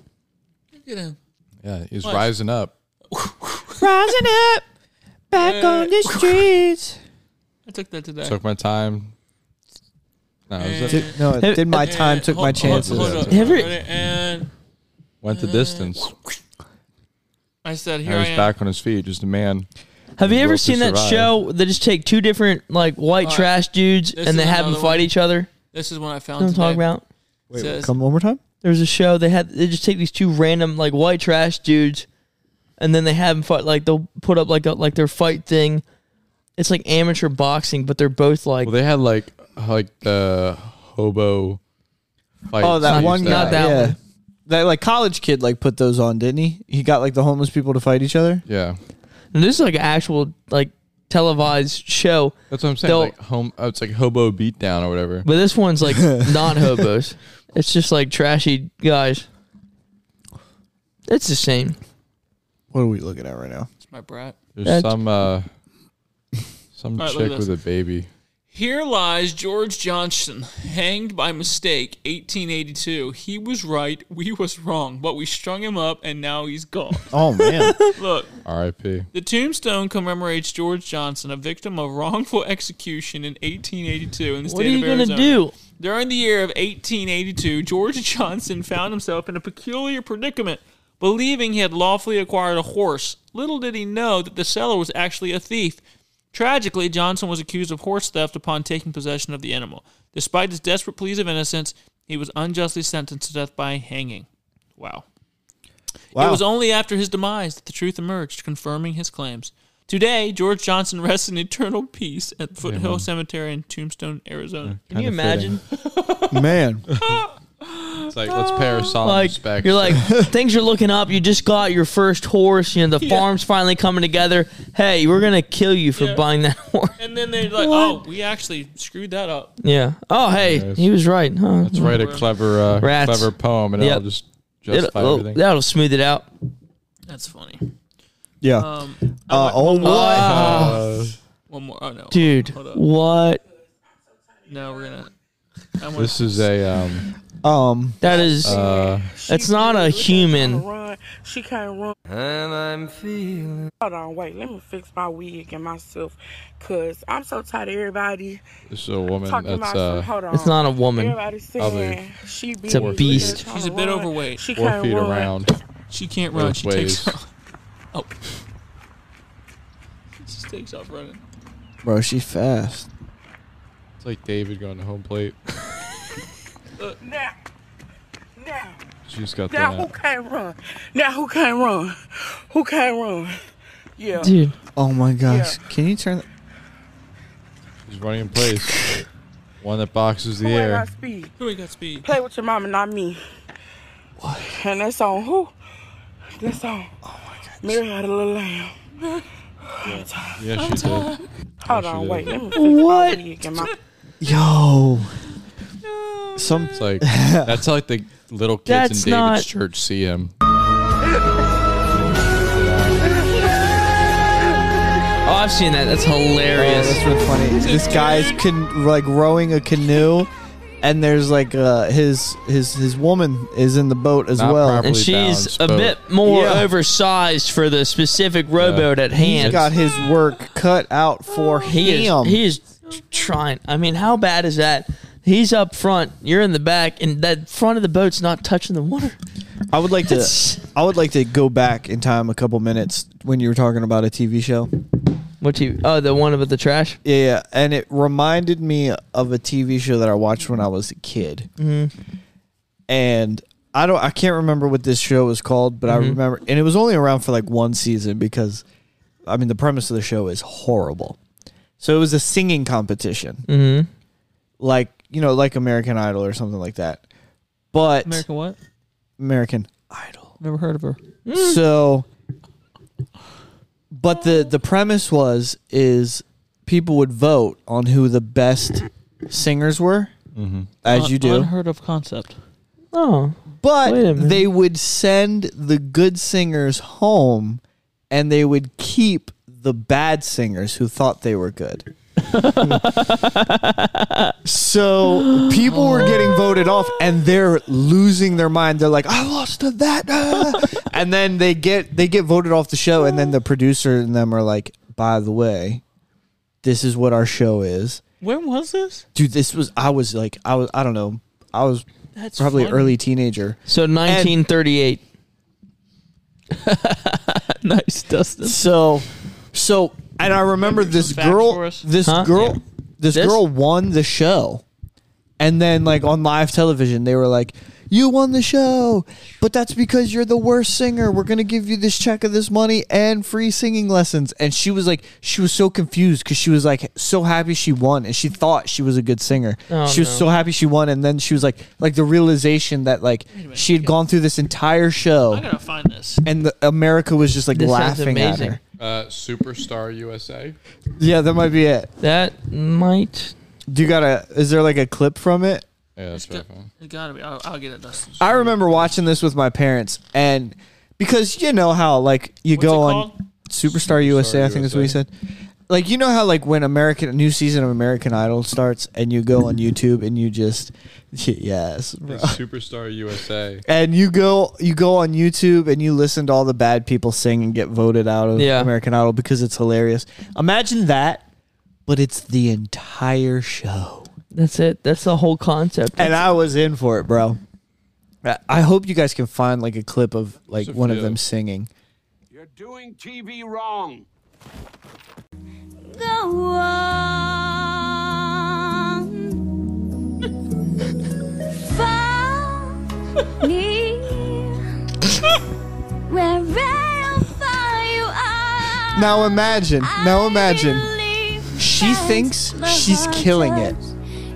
S3: look at him.
S2: Yeah, he's rising up.
S4: Rising up, back on
S3: Uh,
S4: the streets.
S3: I took that today.
S2: Took my time. No, it was-
S4: Did, no, it did my
S3: And
S4: time, took
S3: hold-
S4: my
S3: hold-
S4: chances.
S3: Hold, up.
S1: Every-
S3: Ready? and
S2: went the distance.
S3: I said, here
S2: Now
S3: I,
S2: he's
S3: am.
S2: back on his feet, just a man.
S1: Have you
S2: Will
S1: ever
S2: to
S1: seen that
S2: survive.
S1: show? They just take two different like white
S3: All right.
S1: trash dudes
S3: This
S1: and they
S3: is
S1: have them
S3: another
S1: fight
S3: one.
S1: each other.
S3: This is one I found.
S1: You know what I'm
S3: today.
S1: talking about?
S3: It says,
S4: Come one more time.
S1: there was a show they had they just take these two random like white trash dudes and then they have them fight like they'll put up like a, like their fight thing it's like amateur boxing but they're both like
S2: Well, they had like like the hobo. Fight
S4: Oh, that
S1: Not-
S4: one guy.
S1: not that
S4: yeah.
S1: one.
S4: That like college kid like put those on, didn't he? He got like the homeless people to fight each other.
S2: Yeah,
S1: and this is like an actual like televised show
S2: that's what I'm saying.
S1: They'll-
S2: like home, oh, it's like hobo beatdown or whatever.
S1: but this one's like not hobos it's just like trashy guys it's the same
S4: What are we looking at right now?
S3: it's my brat.
S2: There's
S1: That-
S2: some uh, some
S3: All right, look
S2: chick
S3: at
S2: with a baby.
S3: Here lies George Johnson, hanged by mistake, 1882. He was right, we was wrong, but we strung him up, and now he's gone.
S4: Oh man,
S3: Look,
S2: R.I.P.
S3: The tombstone commemorates George Johnson, a victim of wrongful execution in 1882 in the state
S1: what are you
S3: of
S1: gonna
S3: Arizona.
S1: do
S3: During the year of 1882, George Johnson found himself in a peculiar predicament, believing he had lawfully acquired a horse. Little did he know that the seller was actually a thief. Tragically, Johnson was accused of horse theft upon taking possession of the animal. Despite his desperate pleas of innocence, he was unjustly sentenced to death by hanging. Wow. It was only after his demise that the truth emerged, confirming his claims. Today, George Johnson rests in eternal peace at Foothill Cemetery in Tombstone, Arizona.
S1: Can you imagine?
S4: man.
S2: It's like let's pay our solemn
S1: Like
S2: respects.
S1: you're like things are looking up. You just got your first horse. You know the farm's finally coming together. Hey, we're gonna kill you for
S3: Yeah.
S1: buying that horse.
S3: And then they're like, oh, we actually screwed that up.
S1: Yeah. Oh, hey,
S2: Yes.
S1: he was right. Huh?
S2: let's write a clever, uh,
S1: Rats.
S2: clever poem, and
S1: Yep.
S2: it'll just
S1: It'll- oh,
S2: justify everything.
S1: that'll smooth it out.
S3: That's funny.
S4: Yeah.
S3: Um,
S4: uh, oh, what?
S1: Ah,
S2: Uh,
S3: one more. Oh, no.
S1: dude,
S3: Hold up.
S1: what?
S3: No, we're going to. I want
S2: this is a um,
S4: um,
S1: That is.
S2: uh,
S1: that's not a human.
S9: Run. She can't run. And I'm feeling. Hold on, wait. Let me fix my wig and myself, cause I'm so tired of everybody
S2: this is a woman
S9: talking
S2: that's
S9: about.
S2: uh,
S9: some, hold on.
S1: It's not a woman.
S9: Everybody
S2: Ugly.
S9: saying she be.
S1: a beast.
S3: She's a bit overweight.
S9: She
S2: four
S9: can't
S2: feet
S9: run.
S2: around.
S3: she can't run.
S2: both
S3: She
S2: ways.
S3: takes off. Oh. She just takes off running.
S4: bro, she fast.
S2: It's like David going to home plate.
S9: Now, now,
S2: She's got
S9: now, who
S2: that.
S9: can't run? Now who can't run? Who can't run? Yeah.
S1: Dude,
S4: Oh my gosh, can you turn?
S2: She's running in place. One that boxes the
S9: Who ain't
S2: air.
S9: got speed?
S3: Who ain't got speed?
S9: Play with your mama, not me. What? And that's on who? That's on. Oh my God. Mary had a little lamb.
S2: Yeah, she did.
S9: Hold
S2: she
S9: on,
S2: did.
S9: wait. Let me fix
S1: What?
S9: my wig and my
S4: Yo, some
S2: It's like that's how, like the little kids
S1: That's
S2: in David's
S1: not-
S2: church see him.
S1: oh, I've seen that. That's hilarious.
S4: Oh, that's really funny. This guy's can like rowing a canoe, and there's like uh, his his his woman is in the boat as
S2: Not
S4: well.
S2: proper.
S1: And
S2: Properly
S1: she's
S2: balanced
S1: a
S2: boat.
S1: bit more
S4: Yeah.
S1: oversized for the specific rowboat at
S4: He's
S1: hand.
S4: got his work cut out for
S1: He
S4: him.
S1: is, he is trying. I mean, how bad is that? He's up front, you're in the back, and that front of the boat's not touching the water.
S4: I would like to. I would like to go back in time a couple minutes when you were talking about a TV show.
S1: What you? Oh, the one about the trash.
S4: Yeah, yeah, and it reminded me of a TV show that I watched when I was a kid. And I don't. I can't remember what this show was called, but I remember, and it was only around for like one season because, I mean, the premise of the show is horrible. So it was a singing competition, mm-hmm. like you know, like American Idol or something like that. But
S3: American what?
S4: American Idol.
S3: Never heard of her.
S4: So, but the the premise was is people would vote on who the best singers were,
S2: Mm-hmm.
S4: as you do.
S3: Unheard of concept.
S1: Oh, Wait a
S4: But
S1: minute.
S4: they would send the good singers home, and they would keep the bad singers who thought they were good. so people were getting voted off and they're losing their mind. They're like, I lost to that. ah." and then they get they get voted off the show and then the producer and them are like, by the way, this is what our show is.
S3: When was this?
S4: Dude, this was I was like I was I don't know. I was
S3: That's
S4: probably
S3: funny.
S4: early teenager.
S1: so 1938. nice, Dustin.
S4: So, so, and I remember this
S3: facts for
S4: girl,
S3: us?
S4: this
S1: Huh?
S4: girl,
S1: Yeah.
S4: this,
S1: This?
S4: girl won the show, and then like on live television, they were like, "You won the show, but that's because you're the worst singer. We're gonna give you this check of this money and free singing lessons." And she was like, she was so confused because she was like so happy she won, and she thought she was a good singer.
S1: Oh,
S4: she was
S1: no.
S4: so happy she won, and then she was like, like the realization that like
S3: minute,
S4: she had
S3: yeah.
S4: gone through this entire
S3: I
S4: show.
S3: gotta find this.
S4: And the, America was just like
S1: This sounds
S4: laughing at
S1: amazing.
S4: her.
S2: Uh, Superstar USA.
S4: Yeah, that might be it.
S1: That might.
S4: Do you got a? Is there like a clip from it?
S2: Yeah, that's right.
S3: It gotta be. I'll, I'll get it, Dustin.
S4: I remember watching this with my parents, and because you know how like you
S3: What's
S4: go on
S3: it called?
S4: Superstar USA, I think that's what he
S2: USA.
S4: said. Like you know how like when American a new season of American Idol starts, and you go on YouTube and you just yes, bro.
S2: Superstar USA.
S4: and you go you go on YouTube and you listen to all the bad people sing and get voted out of
S1: Yeah.
S4: American Idol because it's hilarious. Imagine that, but it's the entire show.
S1: That's it. That's the whole concept.
S4: and I was in for it, bro. I- I hope you guys can find like a clip of like
S2: There's a
S4: one of
S2: few.
S4: them singing.
S10: You're doing TV wrong. go on. Far, near, wherever far you are.
S4: Now imagine, now imagine. She
S10: She
S4: thinks she's killing it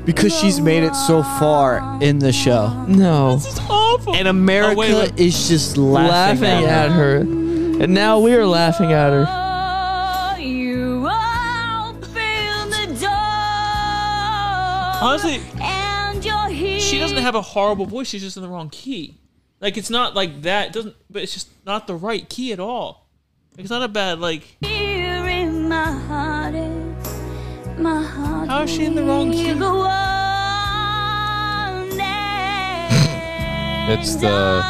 S4: because she's made it so far in the show.
S1: No.
S3: Awful.
S4: And America
S3: Oh, wait, wait.
S4: is just laughing,
S1: laughing
S4: at, her.
S1: at her. And now we are laughing at her.
S10: You open the door.
S3: Honestly,
S10: and you're here.
S3: she doesn't have a horrible voice. She's just in the wrong key. Like it's not like that. It doesn't. But it's just not the right key at all. Like, it's not a bad like.
S10: Here in my heart is my heart.
S3: How is she in the wrong
S10: will
S3: key?
S10: go on and
S2: It's the-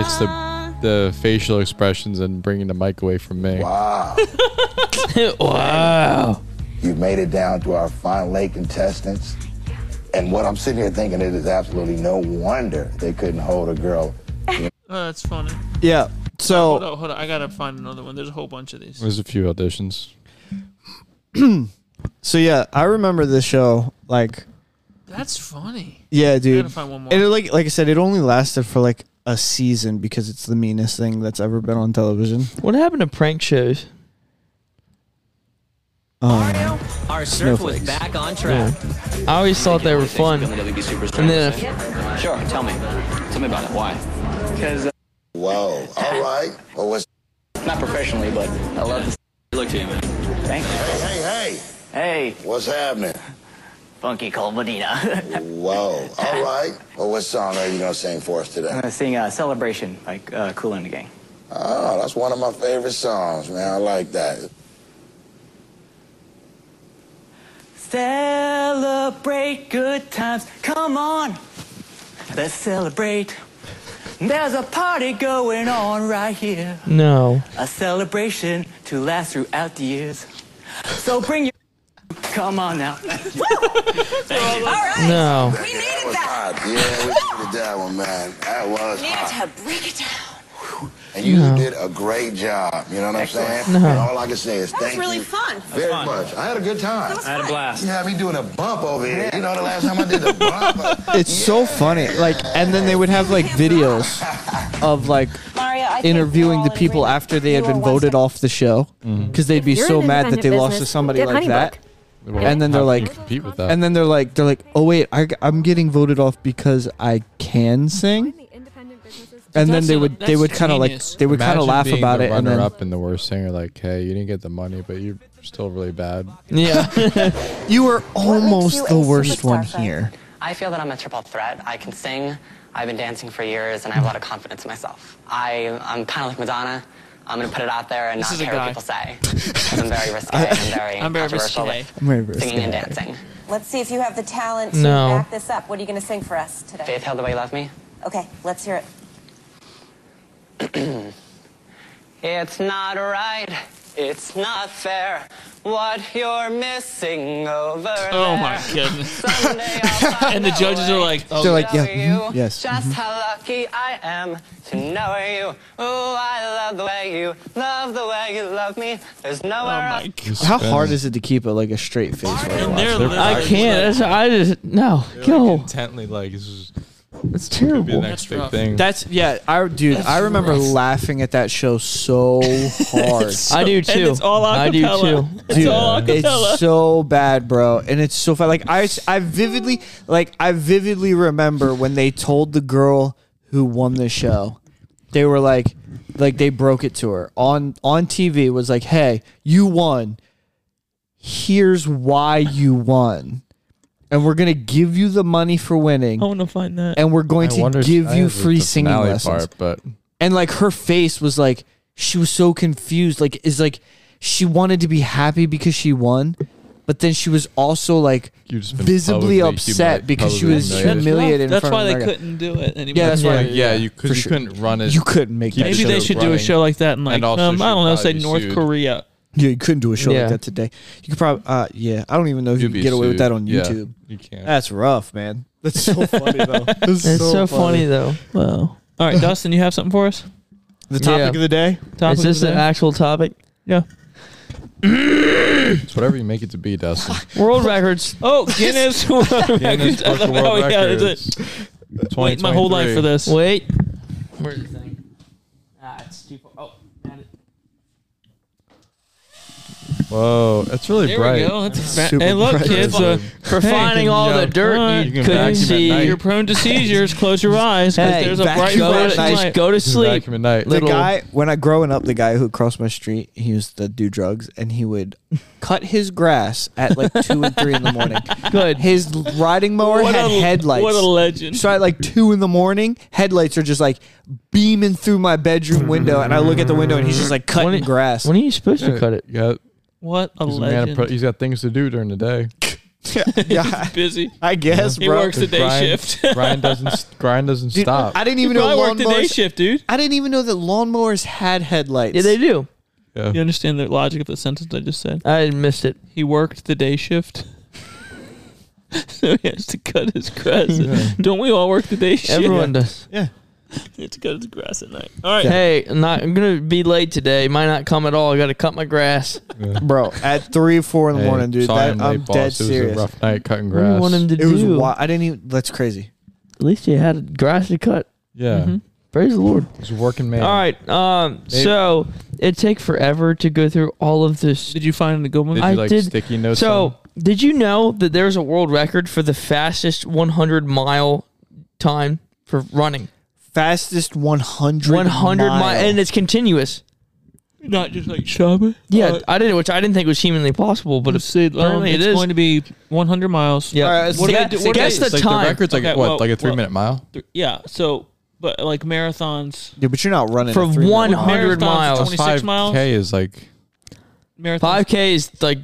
S2: it's the-
S10: on.
S2: The facial expressions and bringing the mic away from me.
S1: wow.
S8: You've made it down to our final eight contestants. And what I'm sitting here thinking it is absolutely no wonder they couldn't hold a girl.
S3: Oh, that's funny.
S4: Yeah.
S3: Hold
S4: So
S3: on, hold on. I gotta find another one. There's a whole bunch of these.
S2: There's a few auditions.
S4: so yeah, I remember this show like
S3: That's funny.
S4: yeah,
S3: I
S4: dude.
S3: gotta find one more.
S4: And it, like like I said, it only lasted for like a season because it's the meanest thing that's ever been on television.
S1: What happened to prank shows?
S4: Um,
S11: Our surf was
S4: Snowflakes.
S11: back on track.
S1: I always thought they were fun.
S11: Become a WB superstar.
S1: And then if-
S11: Sure, tell me. Tell me about it. Why? Because
S8: Whoa. All right. Well, what's.
S11: not professionally, but I love this look to you, man. Thank you.
S8: Hey, hey,
S11: Hey,
S8: hey. What's happening?
S11: funky Cole Medina. I'm
S8: Whoa. All right. Well, what song are you going to sing for us today?
S11: gonna sing uh, "Celebration" by uh, Cool and the Gang.
S8: Oh, that's one of my favorite songs, man. I like that.
S11: Celebrate good times. Come on, let's celebrate. There's a party going on right here.
S1: No.
S11: A celebration to last throughout the years. So bring your. Come on now.
S1: No.
S10: We
S8: That
S10: needed
S8: was
S10: that.
S8: hot. Yeah, we did that one, man. That was
S10: Needed
S8: hot.
S10: to break it down.
S8: And you
S1: No.
S8: did a great job. You know what I'm saying?
S1: No.
S8: And all I can say is
S10: That was
S8: thank
S10: really
S8: you
S10: fun. That was
S8: very much. I had a good time.
S10: I had a
S11: blast.
S8: You had me doing a bump over here. You know the last time I did the bump? I-
S4: it's so funny. Like, and then they would have like videos of like
S10: Mario, I
S4: interviewing the people after they had been voted off the show because they'd be
S7: you're
S4: so
S7: an
S4: mad that they
S7: independent
S4: lost to
S7: business,
S4: somebody
S7: get
S4: like that.
S7: Honeybook.
S4: And then they're
S2: How
S4: like-
S2: can you compete with that.
S4: And then they're like, they're like, oh wait, I, am getting voted off because I can sing. And then
S3: That's
S4: they
S3: a-
S4: would they
S3: that's
S4: would kind of like
S3: genius.
S4: they would kind of
S2: Imagine
S4: laugh
S2: being
S4: about
S2: the
S4: it and
S2: runner
S4: then
S2: up and the worst singer, like, hey, you didn't get the money, but you're still really bad.
S1: Yeah.
S4: you were almost
S10: you
S4: the
S10: a
S4: worst
S10: superstar,
S4: one
S10: Fred?
S4: here.
S11: I feel that I'm a triple threat. I can sing, I've been dancing for years, and I have a lot of confidence in myself. I, I'm kind of like Madonna. I'm gonna put it out there and
S3: This
S11: not
S3: is a
S11: care what
S3: guy.
S11: people say. 'Cause I'm very risque. I, am very
S3: I'm very
S11: controversial
S3: risque.
S11: with
S4: I'm very risque.
S11: singing and dancing.
S10: Let's see if you have the talent
S1: to No. back
S10: this up. What are you going to sing for us today?
S11: Faith held the way you love me.
S10: Okay, let's hear it.
S11: It's not right. It's not fair. What you're missing over
S3: Oh
S11: there.
S3: my goodness.
S11: Someday I'll find
S3: And the
S11: a
S3: judges are
S11: way.
S3: like, oh,
S4: They're like, yeah,
S11: Know you,
S4: mhm, yes.
S11: Just how lucky I am to know you. Oh, I love the way you love the way you love me. There's
S3: oh
S11: nowhere else.
S3: my god.
S4: How hard is it to keep it like a straight face? while you're
S3: And
S4: watching?
S3: they're
S2: They're-
S1: I
S3: literally
S1: can't. That's, I just no.
S2: Like,
S1: Go.
S2: intently, like, this is
S1: That's
S2: could be the
S1: terrible.
S2: next big
S3: rough.
S2: thing.
S4: That's yeah, I dude, I remember laughing at that show so hard.
S1: I do too.
S3: And it's all
S1: I do
S3: acapella.
S1: too.
S3: It's all acapella.
S4: It's so bad, bro, and it's so fun. Like I, I vividly, like I vividly remember when they told the girl who won the show, they were like, like they broke it to her on on TV. Was like, hey, you won. Here's why you won, and we're gonna give you the money for winning,
S3: I
S1: Oh
S3: want to find that.
S4: and we're going
S2: I
S4: to
S2: wonder if-
S4: give
S2: I
S4: you
S2: have the
S4: free singing
S2: finale
S4: lessons
S2: Part, but
S4: and like her face was like she was so confused like is like she wanted to be happy because she won but then she was also like
S2: You've just been
S4: visibly
S2: publicly
S4: upset
S2: humili-
S4: because she
S2: publicly
S4: was
S2: humiliated.
S4: humiliated in
S3: That's
S4: front
S3: why
S4: of
S3: they
S4: America.
S3: couldn't do it anymore.
S4: Yeah, that's why-
S2: yeah,
S4: Right.
S2: yeah, you could
S4: For
S2: you
S4: sure.
S2: couldn't run it.
S4: you couldn't make
S2: Keep
S4: that
S2: it
S3: Maybe
S4: show.
S3: they
S2: should've
S3: should do a
S2: running.
S3: show like that in like
S2: And also
S3: um, I
S2: should
S3: don't know, say
S2: probably be
S3: North
S2: sued.
S3: Korea.
S4: yeah you couldn't do a show
S1: Yeah.
S4: like that today you could probably uh yeah i don't even know if you
S2: You'd
S4: could
S2: be
S4: get away with
S2: sued.
S4: that on
S2: Yeah,
S4: youtube
S2: you can't.
S4: that's rough man that's so funny though that's
S1: It's so funny though.
S3: Wow. All right, Dustin, you have something for us?
S4: the topic
S1: Yeah.
S4: of the day
S3: Topic
S1: Is this
S3: of the
S1: an
S3: day?
S1: actual topic?
S3: Yeah.
S2: It's whatever you make it to be, Dustin.
S1: World records.
S3: Oh, Guinness World
S2: Guinness
S3: Records. I
S2: Book of
S3: love-
S2: World
S3: oh, yeah, is
S2: Records.
S3: it? Wait my whole life for
S2: 2023.
S3: this.
S1: Wait. Where's the thing? Ah, it's too far. Oh, got it.
S2: Whoa, that's really
S3: There
S2: bright.
S3: we go. That's fa-
S2: Super
S3: hey, look,
S2: bright.
S3: kids. Uh,
S1: For
S3: hey,
S1: finding all the dirt
S3: uh,
S1: you
S2: can
S1: couldn't
S2: vacuum at night.
S1: see.
S3: You're prone to seizures. Close your eyes. 'cause
S4: Hey,
S3: there's a
S4: back
S3: bright
S4: up
S1: Go to,
S3: flashlight.
S4: night.
S1: just go to sleep.
S2: Vacuum at night.
S1: Little-
S4: The guy when I growing up, the guy who crossed my street, he used to do drugs, and he would cut his grass at like two and three in the morning.
S1: Good.
S4: His riding mower
S3: What
S4: had
S3: a-
S4: headlights.
S3: what a legend.
S4: So at like two in the morning, headlights are just like beaming through my bedroom window, and I look at the window, and he's just like cutting
S1: When-
S4: grass.
S1: When are you supposed to cut it?
S2: Yeah,
S3: What a
S2: he's a man.
S3: legend.
S2: Of pro- he's got things to do during the day.
S4: yeah,
S3: Busy.
S4: I guess,
S3: He
S4: bro.
S3: works the day
S2: Grind-
S3: shift.
S2: grind doesn't grind doesn't
S4: Dude,
S2: stop.
S4: I didn't even
S3: I
S4: know
S3: work the day
S4: lawnmowers.
S3: shift, dude.
S4: I didn't even know that lawnmowers had headlights.
S1: Yeah, they do.
S3: You understand the logic of the sentence I just said?
S1: I missed it.
S3: He worked the day shift. so he has to cut his grass. Don't we all work the day shift?
S1: Everyone does.
S3: He has to cut his grass at night. All right.
S1: Hey, I'm, not, I'm gonna be late today. Might not come at all. I gotta cut my grass.
S4: bro, at three, four in the
S2: Hey,
S4: morning, dude.
S2: sorry
S4: That, I'm,
S2: late, boss.
S4: dead
S2: It was
S4: serious.
S2: a rough night cutting
S1: What do
S2: grass.
S1: you want him to
S4: It was
S1: do?
S4: wild. I didn't even. That's crazy.
S1: at least you had grass to cut.
S2: yeah,
S1: Praise the Lord.
S2: he's a working man.
S1: All right. Um. So it take forever to go through all of this.
S3: Did you find the good one?
S2: Did you
S1: I
S2: like
S1: did-
S2: sticky notes?
S1: So did you know that there's a world record for the fastest 100 mile time for running?
S4: Fastest 100
S1: 100 mile,
S4: mile.
S1: and it's continuous.
S3: Not just like Uh, Shaba.
S1: Yeah, I didn't, which I didn't think was humanly possible, but
S3: But said, um,
S1: apparently
S3: it's
S1: it is.
S3: going to be 100 miles.
S1: yeah.
S4: All right,
S1: What
S4: so
S1: do
S4: that-
S1: they do-
S4: so
S1: what do
S3: guess
S1: they-
S2: on?
S3: the
S2: It's like the record's like
S3: Okay,
S2: what,
S3: well,
S2: like a three
S3: well-
S2: minute mile?
S3: Th- Yeah. So, but like marathons,
S4: Dude, but you're not running
S1: For
S4: a three-mile
S1: 100
S3: Marathon's
S1: miles.
S3: 26
S2: Five
S3: miles.
S2: k is like
S3: marathons.
S1: 5K is like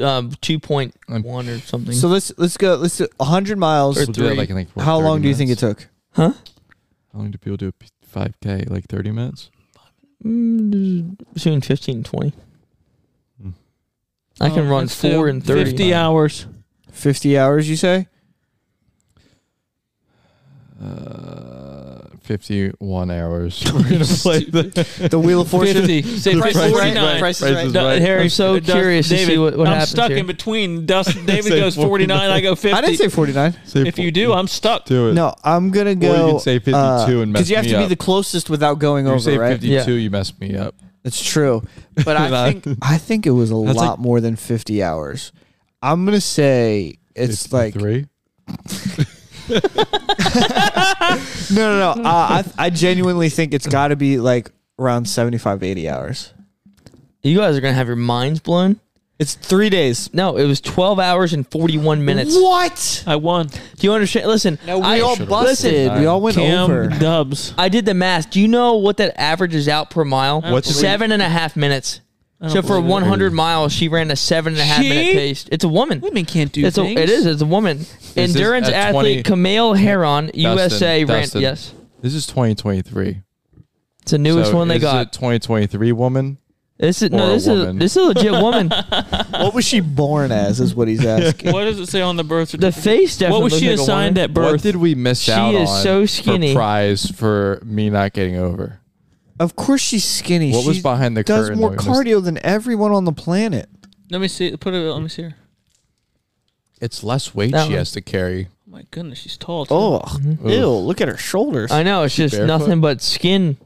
S1: um, 2.1 or something.
S4: mile. So let's let's go. Let's do 100 miles.
S2: we'll do that, like, in, like, what,
S4: How
S2: 30
S4: long do you think it
S2: minutes?
S4: took?
S2: How long do people do five k? Like thirty minutes?
S1: Mm, between 15 and 20. I can
S3: Um,
S1: run
S3: let's do
S1: 4 and 30.
S3: 50 hours.
S4: 50 hours, you say?
S2: Uh, fifty one hours. We're gonna play the
S4: The wheel of fortune.
S3: 50. Say
S4: Price is right.
S3: 49.
S4: Price is
S2: Price
S4: right.
S2: is
S3: No,
S2: right.
S1: I'm
S3: Harry,
S1: so
S3: Dust-
S1: curious to
S3: David,
S1: see what- what
S3: I'm
S1: happens
S3: stuck
S1: here.
S3: in between. Dustin David
S2: Say
S3: goes 49. I go 50.
S4: I didn't say 49.
S2: Say
S3: if
S2: fo-
S3: you do, I'm stuck.
S2: do it.
S4: No, I'm gonna
S2: you
S4: go. uh,
S2: could say 52 and mess
S4: you have
S2: me
S4: to be
S2: up.
S4: the closest without going
S2: you
S4: over,
S2: say
S4: right?
S2: fifty two, you mess me up.
S4: It's true, but I
S2: Nah.
S4: think I think it was a
S2: That's
S4: lot
S2: like-
S4: more than 50 hours. I'm gonna say it's like no,
S2: three.
S4: no, no. Uh, I I genuinely think it's got to be like around 75, 80 hours.
S1: You guys are going to have your minds blown.
S4: It's three days.
S1: No, it was 12 hours and 41 minutes.
S4: What?
S3: I won.
S1: Do you understand? Listen,
S4: No, we
S1: I,
S4: all busted.
S1: Listen,
S4: We all went
S3: Cam
S4: over.
S3: Dubs.
S1: I did the math. Do you know what that averages out per mile?
S3: What's-
S1: seven and a half minutes? So for 100 miles, she ran a seven and a half
S3: She?
S1: minute pace. It's a woman.
S3: Women can't do
S1: It's a,
S3: things.
S1: it is. It's a woman.
S2: this
S1: Endurance
S2: at
S1: athlete
S2: 20
S1: Camille Heron, USA. ran,
S2: Dustin.
S1: yes,
S2: This is twenty twenty three.
S1: it's the newest one they got.
S2: Twenty twenty three woman.
S1: this is
S2: or
S1: no.
S2: a
S1: This is
S2: woman?
S1: this is a legit woman.
S4: What was she born as? Is what he's asking.
S3: What does it say on the birth
S1: The
S3: certificate?
S1: face definitely.
S3: What was she
S1: looks like a
S3: assigned
S1: woman.
S3: at birth?
S2: What did we miss
S1: She
S2: out
S1: is
S2: on
S1: so skinny.
S2: for prize for me not getting over?
S4: of course, she's skinny.
S2: What was
S4: She
S2: behind the
S4: does
S2: curtain
S4: more
S2: that we missed?
S4: cardio than everyone on the planet.
S3: Let me see. Put it. Let me see Oh her.
S2: It's less weight
S1: That
S2: she
S1: one.
S2: has to carry.
S3: Oh my goodness, she's tall. Too.
S4: Oh, ew! Look at her shoulders.
S1: I know. It's just
S2: barefoot?
S1: nothing but skin.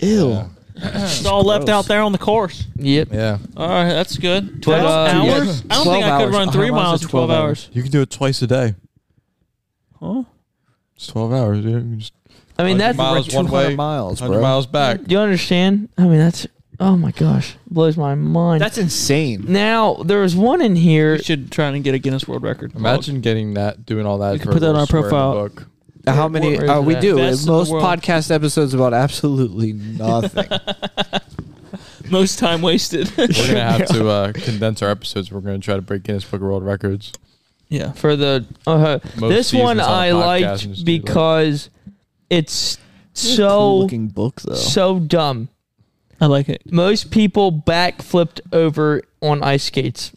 S4: ew.
S3: it's all left out there on the course.
S1: Yep.
S2: Yeah,
S3: All right, that's good.
S1: Twelve
S3: Twelve
S1: hours.
S3: hours. I don't
S4: 12
S3: think I could
S4: hours.
S3: run three
S4: 100
S3: miles in twelve hours.
S2: you can do it twice a day.
S3: Huh?
S2: It's twelve hours. Dude. You can just
S1: I mean,
S2: 100
S1: that's.
S2: miles one
S4: 200
S2: way,
S4: miles,
S2: hundred
S4: bro.
S2: miles back.
S1: Do you understand? I mean, that's. Oh my gosh, blows my mind.
S4: That's insane.
S1: now there was one in here.
S3: We should try and get a Guinness World Record.
S2: Imagine getting that, doing all that.
S3: We could
S2: for
S3: put that on
S2: a
S3: our
S2: square in a
S3: profile.
S2: book.
S4: How many
S1: where is
S4: uh, we
S1: that?
S4: do?
S3: Best in the
S4: Most
S3: world.
S4: podcast episodes about absolutely nothing.
S3: Most time wasted.
S2: We're gonna have to uh, condense our episodes. We're gonna try to break Guinness Book of World Records.
S3: yeah.
S1: for the uh,
S2: Most
S1: this one
S2: seasons on a
S1: I
S2: podcast
S1: liked
S2: and just do that.
S1: because it's
S4: Cool
S1: so
S4: looking book though.
S1: so dumb.
S3: I like it.
S1: Most people backflipped over on ice skates.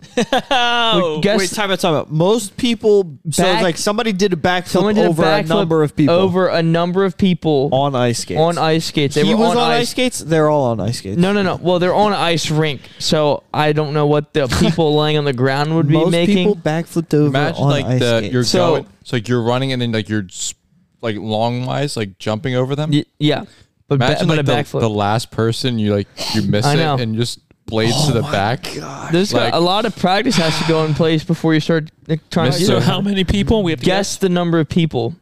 S3: Oh,
S1: guess-
S4: Wait, time out, time out. Most people. so it's
S1: Back-
S4: like somebody did a backflip
S1: Someone did
S4: over
S1: a,
S4: a,
S1: backflip
S4: number of people
S1: Over a number of people
S4: on ice skates.
S1: on ice skates. They
S4: he
S1: were
S4: was
S1: on, ice.
S4: skates. They're all on ice skates.
S1: No, no, no. Well, they're on an ice rink, so I don't know what the people laying on the ground would be
S4: Most
S1: making.
S4: people backflipped over
S2: Imagine
S4: on
S2: like
S4: ice
S2: the
S4: skates.
S2: you're
S1: So-
S2: going, it's like you're running and then like you're s- like long wise, like jumping over them.
S1: Y- yeah, but, ba-
S2: Imagine
S1: but
S2: like
S1: a
S2: the,
S1: backflip.
S2: the last person you like you miss
S1: I
S2: it
S1: know.
S2: and just blades
S4: Oh
S2: to the back.
S1: There's got-
S2: like-
S1: a lot of practice has to go in place before you start like, trying to
S2: Miss
S1: do
S3: So
S2: it.
S1: it.
S3: how many people we have to
S1: guess the number of people.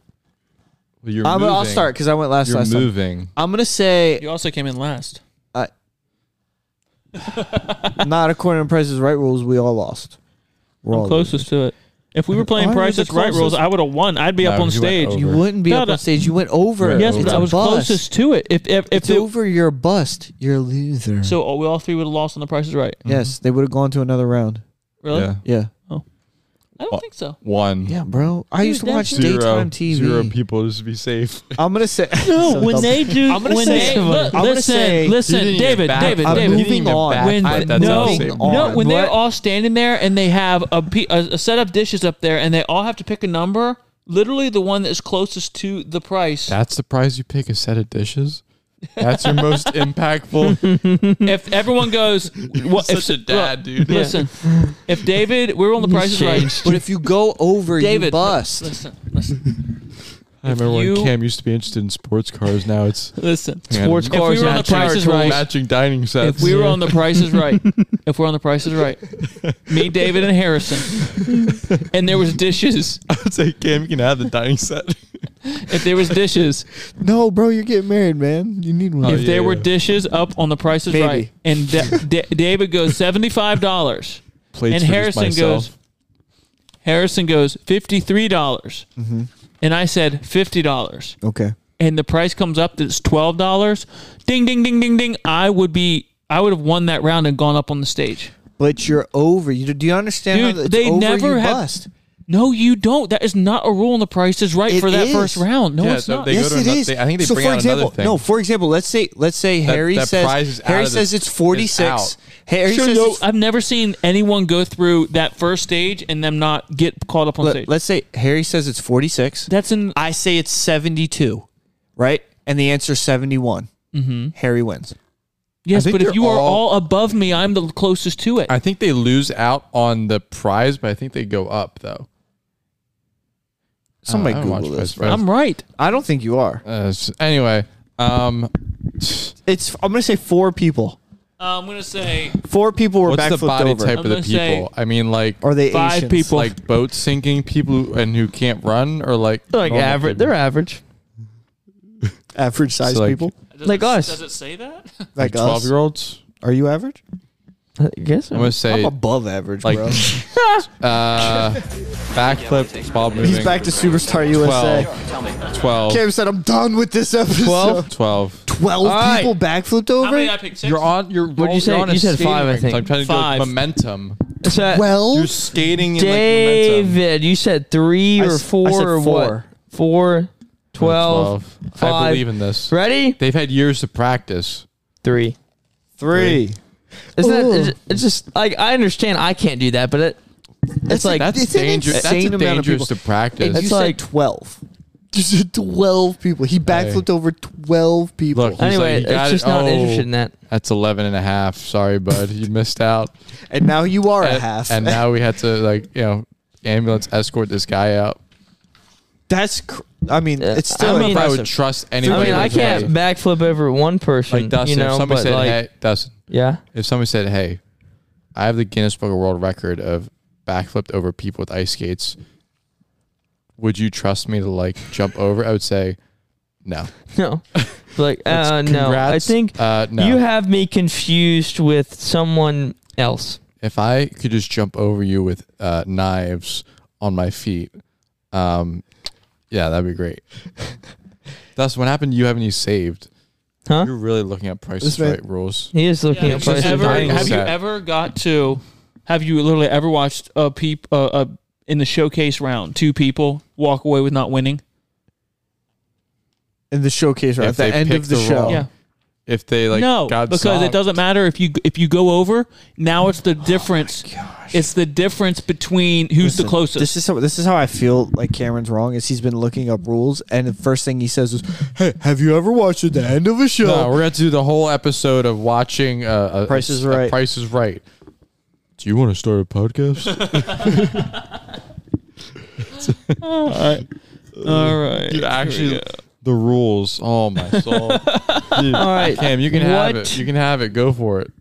S2: You're
S4: I'm, I'll
S2: moving.
S4: start because I went last
S2: You're
S4: last time.
S2: moving.
S4: I'm gonna say
S3: You also came in last.
S4: not according to Price's Right rules. We all lost. We're all
S3: I'm closest to it. If we were playing
S4: I was
S3: Price
S4: the
S3: is Right rules,
S4: closest.
S3: I would have won. I'd be
S2: No,
S3: up on
S2: you went
S3: stage.
S2: over.
S4: You wouldn't be
S3: No,
S4: up
S3: no.
S4: on stage. You went over.
S3: Yes,
S4: It's
S3: but
S4: a
S3: I was
S4: bust.
S3: closest to it. If if, if
S4: It's
S3: it,
S4: over. You're a bust. You're a loser.
S3: so, oh, we all three would have lost on the Price is Right.
S4: yes, they would have gone to another round.
S3: Really?
S2: Yeah.
S4: Yeah.
S3: I don't think so.
S2: One.
S4: Yeah, bro. I
S3: Dude,
S4: used to
S3: that's
S4: watch
S2: Zero.
S4: daytime TV.
S2: Zero people just be safe.
S4: I'm gonna say
S3: No, when they do,
S4: I'm gonna
S3: when
S4: say
S3: they, look,
S4: I'm gonna
S3: listen,
S4: say-
S2: You
S3: listen,
S2: didn't even
S3: David,
S2: back-
S3: David,
S2: I'm
S3: David.
S2: moving
S4: moving
S2: on.
S4: on.
S2: When-
S4: I'm
S2: That's
S3: no,
S2: not
S4: moving
S2: safe.
S4: on.
S3: no, when
S1: What?
S3: they're all standing there and they have a, pe- a, a set of dishes up there and they all have to pick a number, literally the one that's closest to the price.
S2: That's the prize you pick a set of dishes. That's your most impactful.
S3: if everyone goes, what, if,
S2: Such a dad,
S3: look,
S2: dude.
S3: Listen, if David, we're on the price is right.
S4: But if you go over, you
S3: David,
S4: bust.
S3: listen, listen,
S2: I remember
S3: you-
S2: when Cam used to be interested in sports cars. Now it's
S3: listen.
S1: Sports
S2: Yeah.
S1: cars
S3: we were on
S1: and
S3: the Price is
S1: power
S3: Right-
S2: matching dining sets.
S3: If we were on the Price is Right, if we're on the Price is Right, me, David, and Harrison, and there was dishes.
S2: I'd say Cam, you can have the dining set.
S3: If there was dishes,
S4: No, bro, you're getting married, man. You need one.
S2: Oh,
S3: if there were
S2: yeah.
S3: dishes up on the Price is
S4: Maybe.
S3: Right, and Da- Da- David goes seventy five dollars,
S2: Plates
S3: and
S2: for just
S3: Harrison
S2: myself.
S3: goes, Harrison goes fifty three dollars,
S2: Mm-hmm.
S3: and I said fifty dollars,
S4: Okay.
S3: and the price comes up that's twelve dollars. Ding ding ding ding ding. I would be. I would have won that round and gone up on the stage.
S4: But you're over. You do you understand? how
S3: Dude,
S4: that it's
S3: they
S4: over,
S3: never
S4: you
S3: have-
S4: bust.
S3: No, you don't. That is not a rule in the price is right
S4: It
S3: for that
S4: is.
S3: first round. No,
S2: Yeah,
S3: it's
S2: so
S3: not.
S2: they- go
S4: yes,
S2: to
S4: it
S2: ano-
S4: is.
S2: they- I think they
S4: so
S2: bring
S4: for
S2: out another
S4: example,
S2: thing.
S4: no. For example, let's say let's say Harry
S2: that prize is
S4: says
S2: out
S4: Harry
S2: of the-
S4: says it's
S2: is
S4: 46.
S2: out.
S4: Harry
S3: Sure,
S4: says
S3: no,
S4: it's
S3: I've never seen anyone go through that first stage and them not get caught up on stage.
S4: Let, us say Harry says it's 46.
S3: That's in.
S4: I say it's 72, right? And the answer's 71. Mm-hmm. Harry wins.
S3: Yes,
S2: think
S3: but if
S2: they're
S3: you are
S2: all-
S3: all above me, I'm the closest to it.
S2: I think they lose out on the prize, but I think they go up though.
S4: Somebody
S2: I haven't
S4: Google
S2: watched
S4: this.
S2: Vice
S4: bro.
S2: Versa.
S3: I'm right.
S4: I don't think you are.
S2: Uh, s- anyway, um,
S4: It's I'm gonna say four people.
S3: Uh, I'm gonna say
S4: Four people were
S2: what's
S4: backflipped
S2: the body
S4: over.
S2: type
S3: I'm
S2: of the
S3: gonna say-
S2: people? I mean, like
S4: Are they
S3: Five
S4: Asians?
S3: people.
S2: like boat sinking people who, and who can't run, or like
S1: They're like
S2: normal
S1: average.
S2: people?
S1: They're average.
S4: Average size
S2: So, like,
S4: people
S1: Like us.
S3: Does it say that?
S4: like
S2: twelve
S4: us.
S2: year olds.
S4: Are you average?
S1: I guess.
S2: I'm gonna say
S4: I'm above average,
S2: like
S4: bro.
S2: uh, backflip, ball moving.
S4: He's back to Superstar USA.
S2: 12, 12,
S4: Cam said, "I'm done with this episode."
S2: 12, 12.
S4: Twelve
S1: All
S4: people backflipped
S3: How many
S4: over.
S3: I picked 6
S2: You're on. You're. What'd
S1: you say? You said five, I think.
S2: I'm trying to
S3: Five.
S2: do like momentum.
S1: So,
S2: You're
S4: Twelve.
S2: skating in like momentum.
S1: David, you said three
S4: I
S1: or
S4: s- I
S1: four
S4: said
S1: or what?
S4: four.
S1: Four, twelve,
S2: I
S1: five.
S2: believe in this.
S1: Ready?
S2: They've had years to practice.
S1: Three.
S4: Three.
S1: It's not.
S4: Ooh.
S1: It's, it's just like I understand I can't do that, but it, it's like
S2: That's
S4: It's an
S2: dangerous. That's
S4: insane
S2: a
S4: amount of
S2: dangerous to
S4: people.
S2: practice.
S4: And you
S1: It's
S4: said
S1: like-
S4: twelve. You said twelve people. He backflipped over twelve people.
S2: Look, he's
S1: anyway.
S2: like, you got
S1: it's
S2: it.
S1: just not
S2: Oh.
S1: interested in that.
S2: That's 11 and a half. Sorry, bud. You missed out.
S4: and now you are a
S2: and,
S4: half.
S2: and now we had to, like, you know, ambulance escort this guy out.
S4: that's. Cr- I mean,
S1: Yeah,
S4: it's
S1: I
S4: still.
S1: don't
S2: I don't know if I would
S1: Impressive.
S2: trust
S1: I
S2: anybody.
S1: mean, I
S2: that's
S1: can't
S2: Like,
S1: backflip over one person.
S2: like Dustin,
S1: you know,
S2: if somebody
S1: but
S2: said,
S1: like,
S2: hey, Dustin,
S1: yeah,
S2: if somebody said, hey, I have the Guinness Book of World Record of backflipped over people with ice skates, would you trust me to, like, jump over? I would say, no.
S1: no, like uh, no. I
S2: Congrats.
S1: think
S2: uh, no.
S1: you have me confused with someone else.
S2: if I could just jump over you with uh, knives on my feet, um, yeah, that'd be great. That's what happened. You haven't you saved?
S1: Huh?
S2: You're really looking at Price
S4: This
S2: is
S4: man-
S2: Right rules.
S1: He is looking
S3: Yeah,
S1: at
S3: have you
S1: prices.
S3: ever,
S2: Dining
S3: have you
S2: set.
S3: ever got to? Have you literally ever watched a peep uh, uh, in the showcase round? Two people walk away with not winning.
S4: in the showcase right
S2: If
S4: at the
S2: they
S4: end
S2: pick
S4: of the,
S2: the
S4: show.
S2: wrong-
S3: Yeah,
S2: if they like
S3: no,
S2: got
S3: because
S2: soft.
S3: it doesn't matter if you if you go over. Now it's
S2: Oh
S3: the difference. it's the difference between who's the
S4: Listen,
S3: closest.
S4: This is how, this is how I feel like Cameron's wrong is he's been looking up rules and the first thing he says is, "Hey, have you ever watched at the end of a show?"
S2: No, we're gonna do the whole episode of watching. Uh, a,
S4: Price is
S2: a
S4: Right.
S2: Price is Right. Do you want to start a podcast?
S3: All right. All right.
S2: Dude,
S3: Here we
S2: actually,
S3: go.
S2: the rules. Oh my soul. Dude,
S3: All right,
S2: Cam, you can have
S3: what-
S2: it. You can have it. Go for it.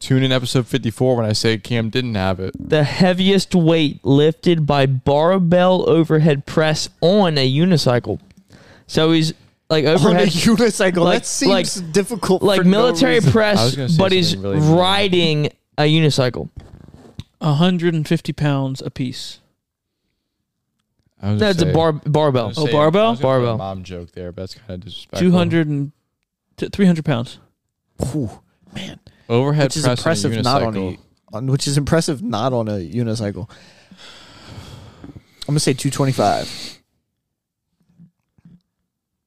S2: Tune in episode fifty-four when I say Cam didn't have it.
S1: The heaviest weight lifted by barbell overhead press on a unicycle. So he's like
S4: on
S1: overhead
S4: a unicycle.
S1: like-
S4: that seems
S1: like-
S4: difficult.
S1: like
S4: for no
S1: military
S4: reason.
S2: I was gonna
S1: press,
S2: say
S1: but he's
S2: something really mean.
S1: riding a unicycle.
S3: 150 pounds a piece.
S2: I
S1: No,
S2: was gonna
S1: it's a
S2: say-
S1: bar,
S2: I
S1: barbell.
S2: was
S3: Oh,
S2: gonna say-
S3: barbell?
S2: I was gonna put a
S1: Barbell.
S2: Mom joke there, but that's kind of disrespectful.
S3: 200 and t- 300 pounds.
S4: Whew, man,
S2: overhead
S4: which is
S2: press on a
S4: impressive not on
S2: unicycle.
S4: a on, which is impressive not on a unicycle. I'm gonna say 225.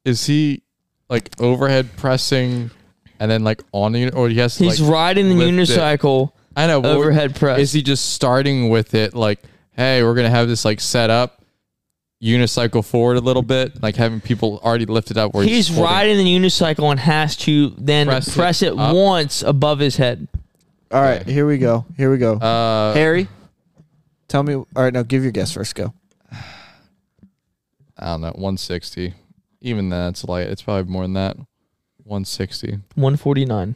S2: Is he like overhead pressing and then like on the uni- or he has to,
S1: He's
S2: like,
S1: riding the
S2: lift it?
S1: unicycle
S2: I know. but
S1: overhead press.
S2: Is he just starting with it like, hey, we're gonna have this like set up, unicycle forward a little bit, like having people already lifted up where
S1: He's
S2: just holding-
S1: riding the unicycle and has to then
S2: Press
S1: press,
S2: it
S1: it,
S2: up.
S1: once above his head.
S4: All right, here we go. Here we go.
S2: Uh,
S4: Harry, tell me. All right, no, give your guess first. Go.
S2: I don't know, one sixty. Even then, it's light. It's probably more than that. One sixty.
S1: 149.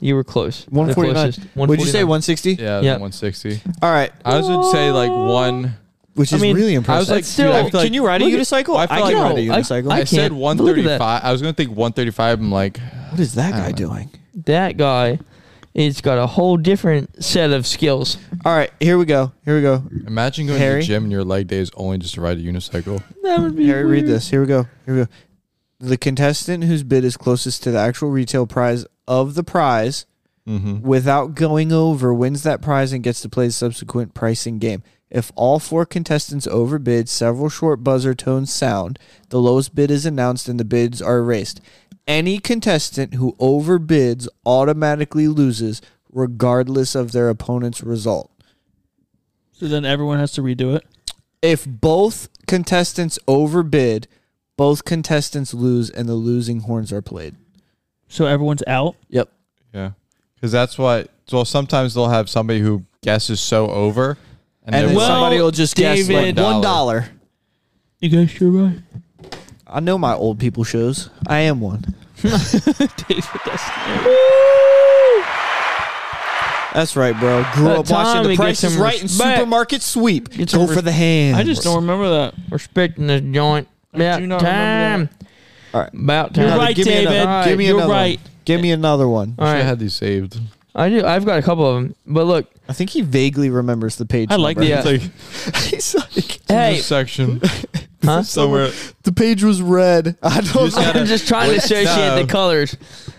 S1: You were close. The
S4: 149.
S1: closest.
S4: Would you say
S1: 149.
S4: 160?
S2: Yeah,
S1: Yeah.
S2: one sixty.
S4: All right,
S2: I was gonna say like one.
S4: which
S1: I
S4: is
S1: mean,
S4: really
S2: I
S4: impressive.
S2: was like,
S1: That's
S2: dude, I
S1: still-
S2: feel like
S4: Can you ride a
S1: Look at-
S4: unicycle?
S2: I feel
S4: can
S2: like-
S4: ride a
S1: No, I-
S4: unicycle.
S2: I,
S1: I
S2: said
S1: can't. Look at
S2: one
S1: that.
S2: thirty-five. I was gonna think one thirty-five. I'm like,
S4: what is that
S2: I don't
S4: guy
S2: know.
S4: doing?
S1: That guy, it's got a whole different set of skills.
S4: All right, here we go. Here we go.
S2: imagine going to
S4: Harry?
S2: the gym and your leg day is only just to ride a unicycle.
S1: That would be
S4: Harry, read this. Here we go. Here we go. The contestant whose bid is closest to the actual retail prize of the prize
S2: Mm-hmm.
S4: without going over wins that prize and gets to play the subsequent pricing game. If all four contestants overbid, several short buzzer tones sound. The lowest bid is announced and the bids are erased. Any contestant who overbids automatically loses, regardless of their opponent's result.
S3: So then everyone has to redo it.
S4: If both contestants overbid, both contestants lose and the losing horns are played.
S3: So everyone's out.
S4: Yep.
S2: Yeah, because that's what. Well, sometimes they'll have somebody who guesses so over, and,
S4: And
S2: they
S4: then
S2: win.
S3: Well,
S4: somebody will just
S3: David-
S4: guess like one dollar.
S3: You guys sure right.
S4: I know my old people shows. I am one.
S3: David, that's
S4: That's right, bro. Grew
S1: That
S4: up watching
S1: Tommy
S4: The Price
S1: gets
S4: is
S1: some
S4: Right and
S1: respect.
S4: Supermarket Sweep.
S1: Gets
S4: Go
S1: some
S4: for the hand.
S3: I just don't remember that.
S1: Respecting this joint. About
S3: do not
S1: time.
S3: remember
S4: All right.
S1: About
S3: You're
S1: time.
S3: right,
S4: give me
S3: David.
S4: another- give me
S3: You're
S4: another
S3: right.
S4: One. Give me another one.
S1: All
S2: I
S1: right.
S2: had these saved.
S1: I do. I've got a couple of them. But look,
S4: I think he vaguely remembers the page.
S3: I like uh,
S4: number.
S1: Yeah.
S2: It's like
S4: He's like,
S1: hey,
S2: this section
S1: huh?
S2: somewhere.
S4: the page was red. I don't
S2: just
S4: know.
S2: gotta-
S1: I'm just trying to associate
S2: No.
S1: the colors.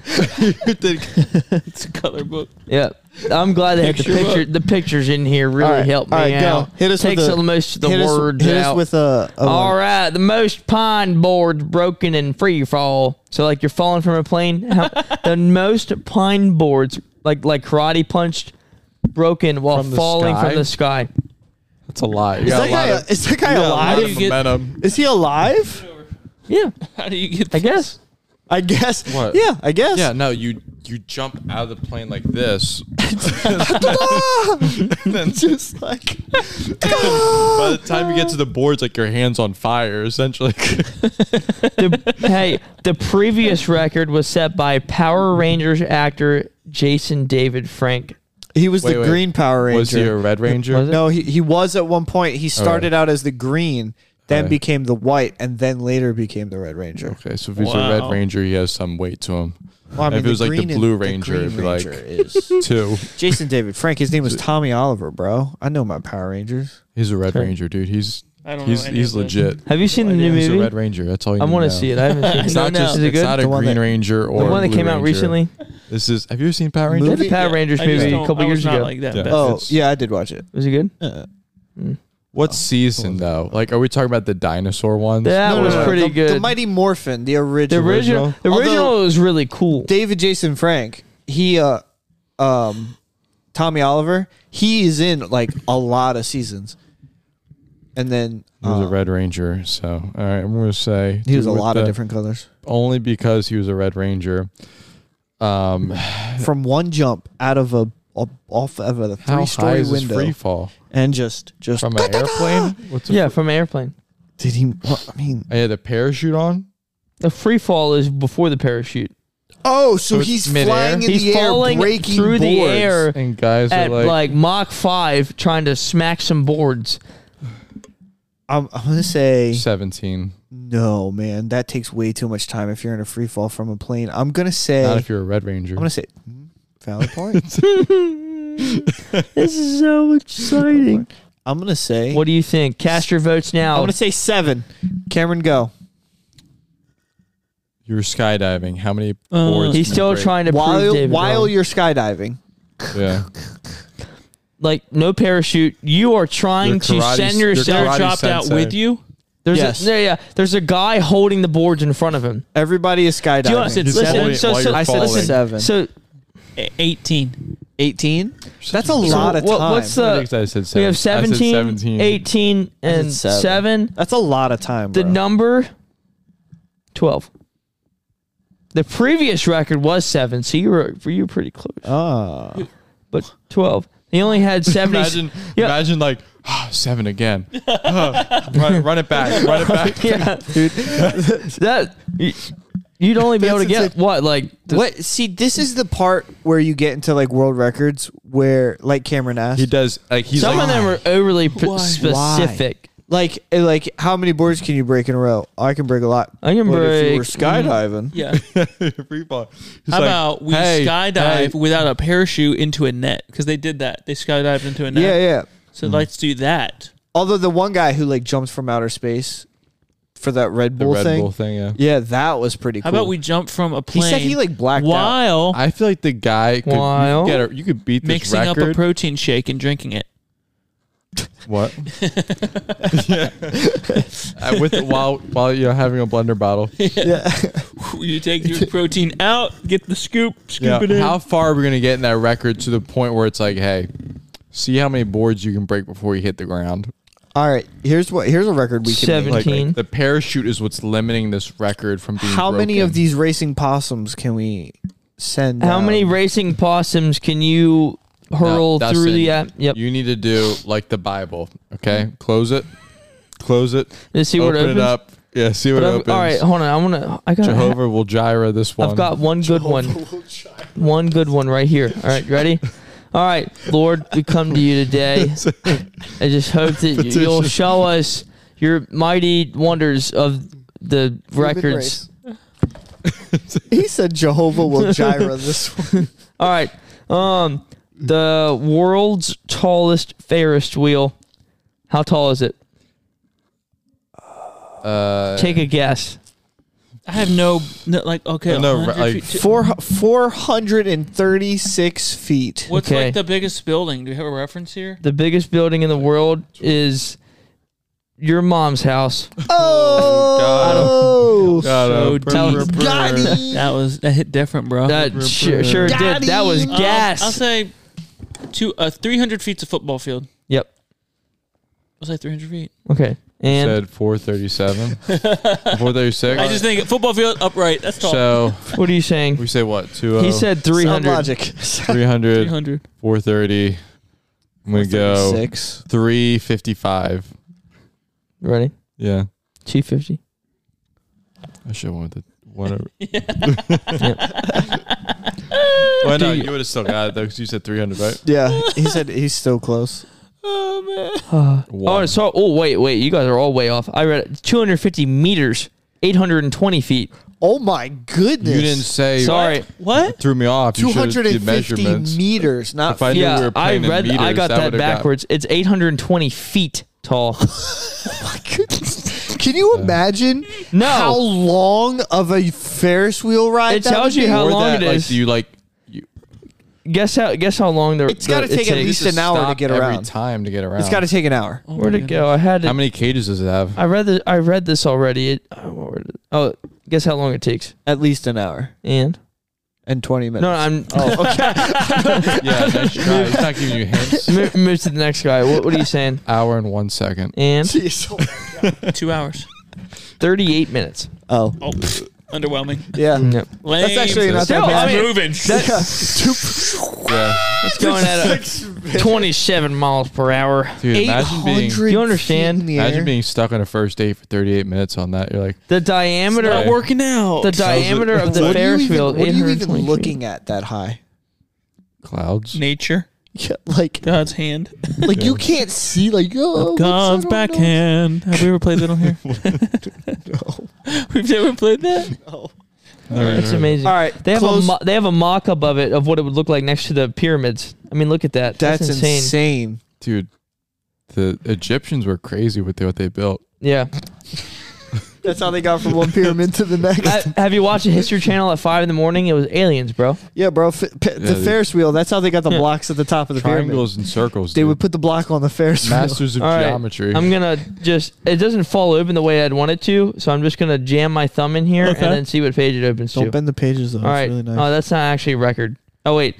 S3: It's a color book.
S1: Yeah, I'm glad they had the
S3: Picture up.
S1: picture. The pictures in here really
S4: All right,
S1: helped me
S4: all right, go.
S1: out.
S4: Hit us with
S1: Takes
S4: the-
S1: the most of the
S4: hit us-
S1: words
S4: hit us
S1: out.
S4: with a- a
S1: all
S4: one.
S1: right, the most pine boards broken in free fall. So like you're falling from a plane. How, the most pine boards, like like karate punched, broken while
S2: From the
S1: falling
S2: sky?
S1: from the sky.
S2: That's a lot. You
S4: Is
S2: got
S4: that,
S2: a lot
S4: guy,
S2: of,
S4: is that guy
S2: you got a lot
S4: alive?
S3: do
S2: of
S3: you get-
S2: momentum.
S4: Is he alive?
S1: Yeah,
S3: How do you get?
S1: I guess.
S4: I guess.
S2: What?
S4: Yeah, I guess.
S2: Yeah, no, you you jump out of the plane like this.
S4: then just like
S2: By the time you get to the boards, like your hands on fire, essentially.
S1: The, hey, the previous record was set by Power Rangers actor Jason David Frank.
S4: he was
S2: Wait,
S4: the
S2: wait.
S4: Green Power Ranger.
S2: Was he a Red Ranger?
S1: Was it?
S4: No, he, he was at one point. He started out as the green, then
S2: Okay.
S4: became the white, and then later became the red ranger.
S2: Okay, so if he's a Red
S3: Wow.
S2: Ranger, he has some weight to him.
S4: Well, I
S2: If it was like the
S4: green and-
S2: Blue Ranger, it'd be like-
S4: is
S2: Two.
S4: Jason David Frank. His name was Tommy Oliver, bro. I know my Power Rangers.
S2: He's a Red
S1: Okay.
S2: Ranger, dude. He's
S3: I don't know
S2: he's
S3: any
S2: he's
S3: of them.
S2: legit.
S1: Have you seen the new
S2: He's a Red
S1: movie?
S2: Ranger. That's all you
S1: I
S2: want to
S1: see it. I haven't seen it.
S2: It's not
S1: No,
S2: just
S1: is it
S2: it's
S1: good?
S2: not a
S4: The one
S2: Green
S4: that-
S2: Ranger or
S1: the one that
S2: Blue
S1: came out
S2: Ranger.
S1: recently.
S2: This is. Have you ever seen Power Rangers?
S1: They had the Power Rangers
S3: I just
S1: movie a
S3: don't-
S1: couple
S3: I was
S1: years Oh.
S3: not
S1: ago.
S3: Like that.
S2: Yeah.
S3: That's-
S4: Oh
S2: it's-
S4: yeah, I did watch it.
S1: Was it good?
S4: Uh,
S2: What season though? Like, are we talking about the dinosaur ones?
S1: That was pretty
S4: the,
S1: good.
S4: The Mighty Morphin, the original.
S1: original- the original was really cool.
S4: David Jason Frank, he, uh, um, Tommy Oliver, he is in like a lot of seasons. And then uh,
S2: He
S1: Uh.
S2: was a Red Ranger, so all right. I'm gonna say
S4: He was a
S2: with
S4: lot of
S2: the-
S4: different colors.
S2: Only because he was a Red Ranger. Um,
S4: from one jump out of a, a off of a
S2: How
S4: three
S2: high
S4: story
S2: is this
S4: window
S2: free fall?
S4: and just just
S2: from an airplane. What's a
S1: yeah, from an airplane.
S4: Did he? I mean,
S2: I had a parachute on.
S1: The free fall is before the parachute.
S4: Oh, so,
S1: So it's
S4: he's
S1: midair?
S4: flying in
S1: He's
S4: the air,
S1: falling
S4: breaking
S1: through the
S4: boards.
S1: air
S2: And guys are
S1: at
S2: like-
S1: like, Mach five, trying to smack some boards.
S4: I'm, I'm gonna say
S2: 17.
S4: No, man, that takes way too much time if you're in a free fall from a plane. I'm gonna say
S2: Not if you're a Red Ranger.
S4: I'm gonna say mm, valid point.
S1: This is so exciting.
S4: I'm gonna say
S1: What do you think? Cast your votes now.
S4: I'm gonna say seven. Cameron, go.
S2: you were skydiving. How many
S1: Uh,
S2: boards?
S1: he's
S2: can you
S1: still
S2: break?
S1: trying to prove
S4: While
S1: David
S4: while
S1: wrong.
S4: you're skydiving,
S2: Yeah.
S1: like no parachute. You are trying
S2: Your
S1: to
S2: karate-
S1: send
S2: your
S1: yourself.
S2: karate
S3: dropped out
S2: sensei.
S3: with you.
S1: There's
S4: Yes.
S1: a, yeah, yeah. There's a guy holding the boards in front of him.
S4: everybody is skydiving.
S1: Do you want-
S3: He's
S1: listen,
S2: holding it
S1: so,
S2: while
S1: so,
S2: you're
S4: I said
S2: falling.
S4: seven.
S1: so,
S3: A- 18.
S4: 18. That's a
S1: so
S4: lot of
S1: what-
S4: time.
S1: what's
S2: I
S1: the?
S2: think I said seven.
S1: We have
S2: I said
S1: 17,
S2: 17.
S1: 18, and
S4: seven.
S1: seven.
S4: That's a lot of time.
S1: The
S4: bro.
S1: number 12. The previous record was 7, so you were you were pretty close.
S4: Ah.
S1: But 12. He only had 70.
S2: Imagine,
S1: Yeah.
S2: imagine like ah, seven again. Ah, run, run it back. Run it back.
S1: yeah. that you- you'd only be able to get what like the-
S4: what? See, this is the part where you get into like world records, where like Cameron asked,
S2: He does. Like he's
S1: Some
S2: like,
S1: of them are overly p-
S3: Why?
S1: specific.
S4: like eh, like how many boards can you break in a row? Oh, I can break a lot.
S1: I can
S4: But If you
S1: break- mm-hmm.
S4: were skydiving,
S3: Yeah.
S2: free fall. He's
S3: How
S2: like,
S3: about we
S2: hey, hey.
S3: skydive without a parachute into a net? Because they did that. They skydived into a net.
S4: yeah, yeah.
S3: So let's do that.
S4: Although the one guy who like jumps from outer space for that Red
S2: the
S4: Bull
S2: Red
S4: thing,
S2: Bull thing. Yeah.
S4: yeah, that was pretty.
S3: How
S4: cool.
S3: about we jump from a
S4: He
S3: plane?
S4: said he, like, blacked out.
S3: while
S2: I feel like the guy could, you
S1: While
S2: could get a, you could beat this
S3: mixing up
S2: record.
S3: a protein shake and drinking it.
S2: what? yeah. Uh, With while while you're having a blender bottle.
S3: You take your protein out, get the scoop, scoop
S2: Yeah.
S3: it in.
S2: How far are we gonna get in that record to the point where it's like, hey, see how many boards you can break before you hit the ground?
S4: All right, here's what here's a record we can.
S1: Seven.
S4: make.
S2: Like
S1: 15.
S2: the parachute is what's limiting this record from being.
S4: How many
S2: broken.
S4: of these racing possums can we send?
S1: How many
S4: down?
S1: racing possums can you
S2: No,
S1: hurl
S2: Dustin,
S1: through the app? Yep.
S2: You need to do like the Bible. Okay, close it, close it.
S1: Let's see what
S2: open
S1: it
S2: it
S1: opens.
S2: up. Yeah, see what
S1: But
S2: it
S1: I'm-
S2: opens.
S1: all right, hold on. I want to I got
S2: Jehovah will Jireh this one.
S1: I've got one good one. One good one right here. All right, you ready? All right, Lord, we come to you today. I just hope that you- you'll show us your mighty wonders of the records.
S4: He said Jehovah will Jireh this one.
S1: All right. Um the world's tallest Ferris wheel. How tall is it?
S2: Uh,
S1: Take a guess.
S3: I have no, no like okay.
S2: No,
S3: No,
S2: like-
S4: Four four hundred and thirty six feet.
S3: what's
S1: okay.
S3: like the biggest building? Do you have a reference here?
S1: The biggest building in the world is your mom's house.
S4: Oh,
S2: Got him.
S3: So deep.
S2: Brr, brr, brr.
S3: That was that hit different, bro.
S4: Uh-huh.
S1: That sure, sure did. That was
S4: Oh, uh,
S3: Um,
S1: gas.
S3: I'll say two, uh, three hundred feet of football field.
S1: yep.
S3: I'll say three hundred feet.
S1: Okay. And
S2: Said 437, 436.
S3: I just think football field upright. That's tall.
S2: so
S1: What are you saying?
S2: we say what? Two. oh?
S1: He said
S4: Sound
S1: 300.
S4: logic.
S2: 300,
S3: Three hundred.
S2: 430. I'm gonna go
S4: Six.
S2: 355.
S1: Ready?
S2: Yeah,
S1: 250.
S2: I should have went with the whatever. Well, no, you would have still got it though, because you said 300, right?
S4: Yeah, he said he's so close.
S1: Oh, so oh wait, wait. You guys are all way off. I read it. 250 meters, 820 feet.
S4: Oh my goodness!
S2: You didn't say.
S1: Sorry.
S3: What?
S2: Threw me off. You
S4: Two
S2: should've
S4: hundred
S2: did
S4: and fifty
S2: measurements.
S4: meters. Not
S2: If I knew we
S1: yeah,
S2: were
S1: I
S2: playing in
S1: read. I
S2: meters,
S1: got that,
S2: would've
S1: backwards. It's 820 feet tall.
S4: goodness. Can you imagine
S1: No.
S4: how long of a Ferris wheel ride?
S1: It
S4: that
S1: tells
S4: would
S1: you
S4: be?
S1: how
S2: Or
S1: long
S2: that,
S1: it
S2: like,
S1: is.
S2: do you like? You,
S1: guess how guess how long the
S4: It's gotta
S1: the- it
S4: take at
S1: takes.
S4: least an hour to
S2: Stop
S4: get
S2: every
S4: around.
S2: time to get around.
S4: It's got to take an hour.
S1: Where'd it go? I had it.
S2: How many cages does it have?
S1: I read the, I read this already. It, oh, what word- oh, guess how long it takes?
S4: At least an hour
S1: And
S4: and twenty minutes.
S1: no, I'm
S4: Oh, okay.
S2: yeah, nice try. He's not giving you hints.
S1: move, move to the next guy. What, what are you saying?
S2: Hour and one second.
S1: And
S3: Two hours.
S1: thirty eight minutes.
S4: oh,
S3: Oh, pfft, underwhelming.
S4: yeah.
S1: No.
S3: Lame.
S4: actually not
S1: that bad.
S3: moving.
S2: Yeah.
S1: It's going at twenty seven miles per hour.
S2: Dude, imagine being,
S1: Do you understand?
S2: imagine being stuck on a first date for 38 minutes on that. You're like,
S1: The diameter,
S2: It's not
S1: the
S3: Working out.
S1: diameter of the
S4: what are
S1: Ferris
S4: you
S1: wheel.
S4: even, what are you
S1: 820
S4: even
S1: feet.
S4: looking at that high?
S2: clouds.
S3: Nature.
S4: Yeah, like,
S3: God's hand.
S4: like you can't see. Like, oh,
S3: God's
S4: what's- I don't know.
S3: backhand. Have we ever played that on here? no. We've never played that?
S4: Oh.
S1: That's amazing.
S4: All right,
S1: They have
S4: close-
S1: a mo- they have a mock up of it of what it would look like next to the pyramids. I mean, look at that. That's,
S4: That's
S1: insane.
S4: insane.
S2: Dude, the Egyptians were crazy with what they built.
S1: Yeah.
S4: That's how they got from one pyramid to the next.
S1: I- have you watched the History Channel at five in the morning? It was aliens, bro.
S4: yeah, bro. F- p- the
S2: dude.
S4: Ferris wheel. That's how they got the blocks at the top of the pyramid.
S2: Triangles and circles.
S4: They
S2: dude.
S4: would put the block on the Ferris wheel.
S2: masters of
S1: All right,
S2: geometry.
S1: I'm gonna just. It doesn't fall open the way I'd want it to, so I'm just gonna jam my thumb in here
S3: Okay.
S1: and then see what page it opens
S4: Don't
S1: to.
S4: bend the pages though.
S1: All right.
S4: It's really nice.
S1: Oh, that's not actually a record. Oh wait,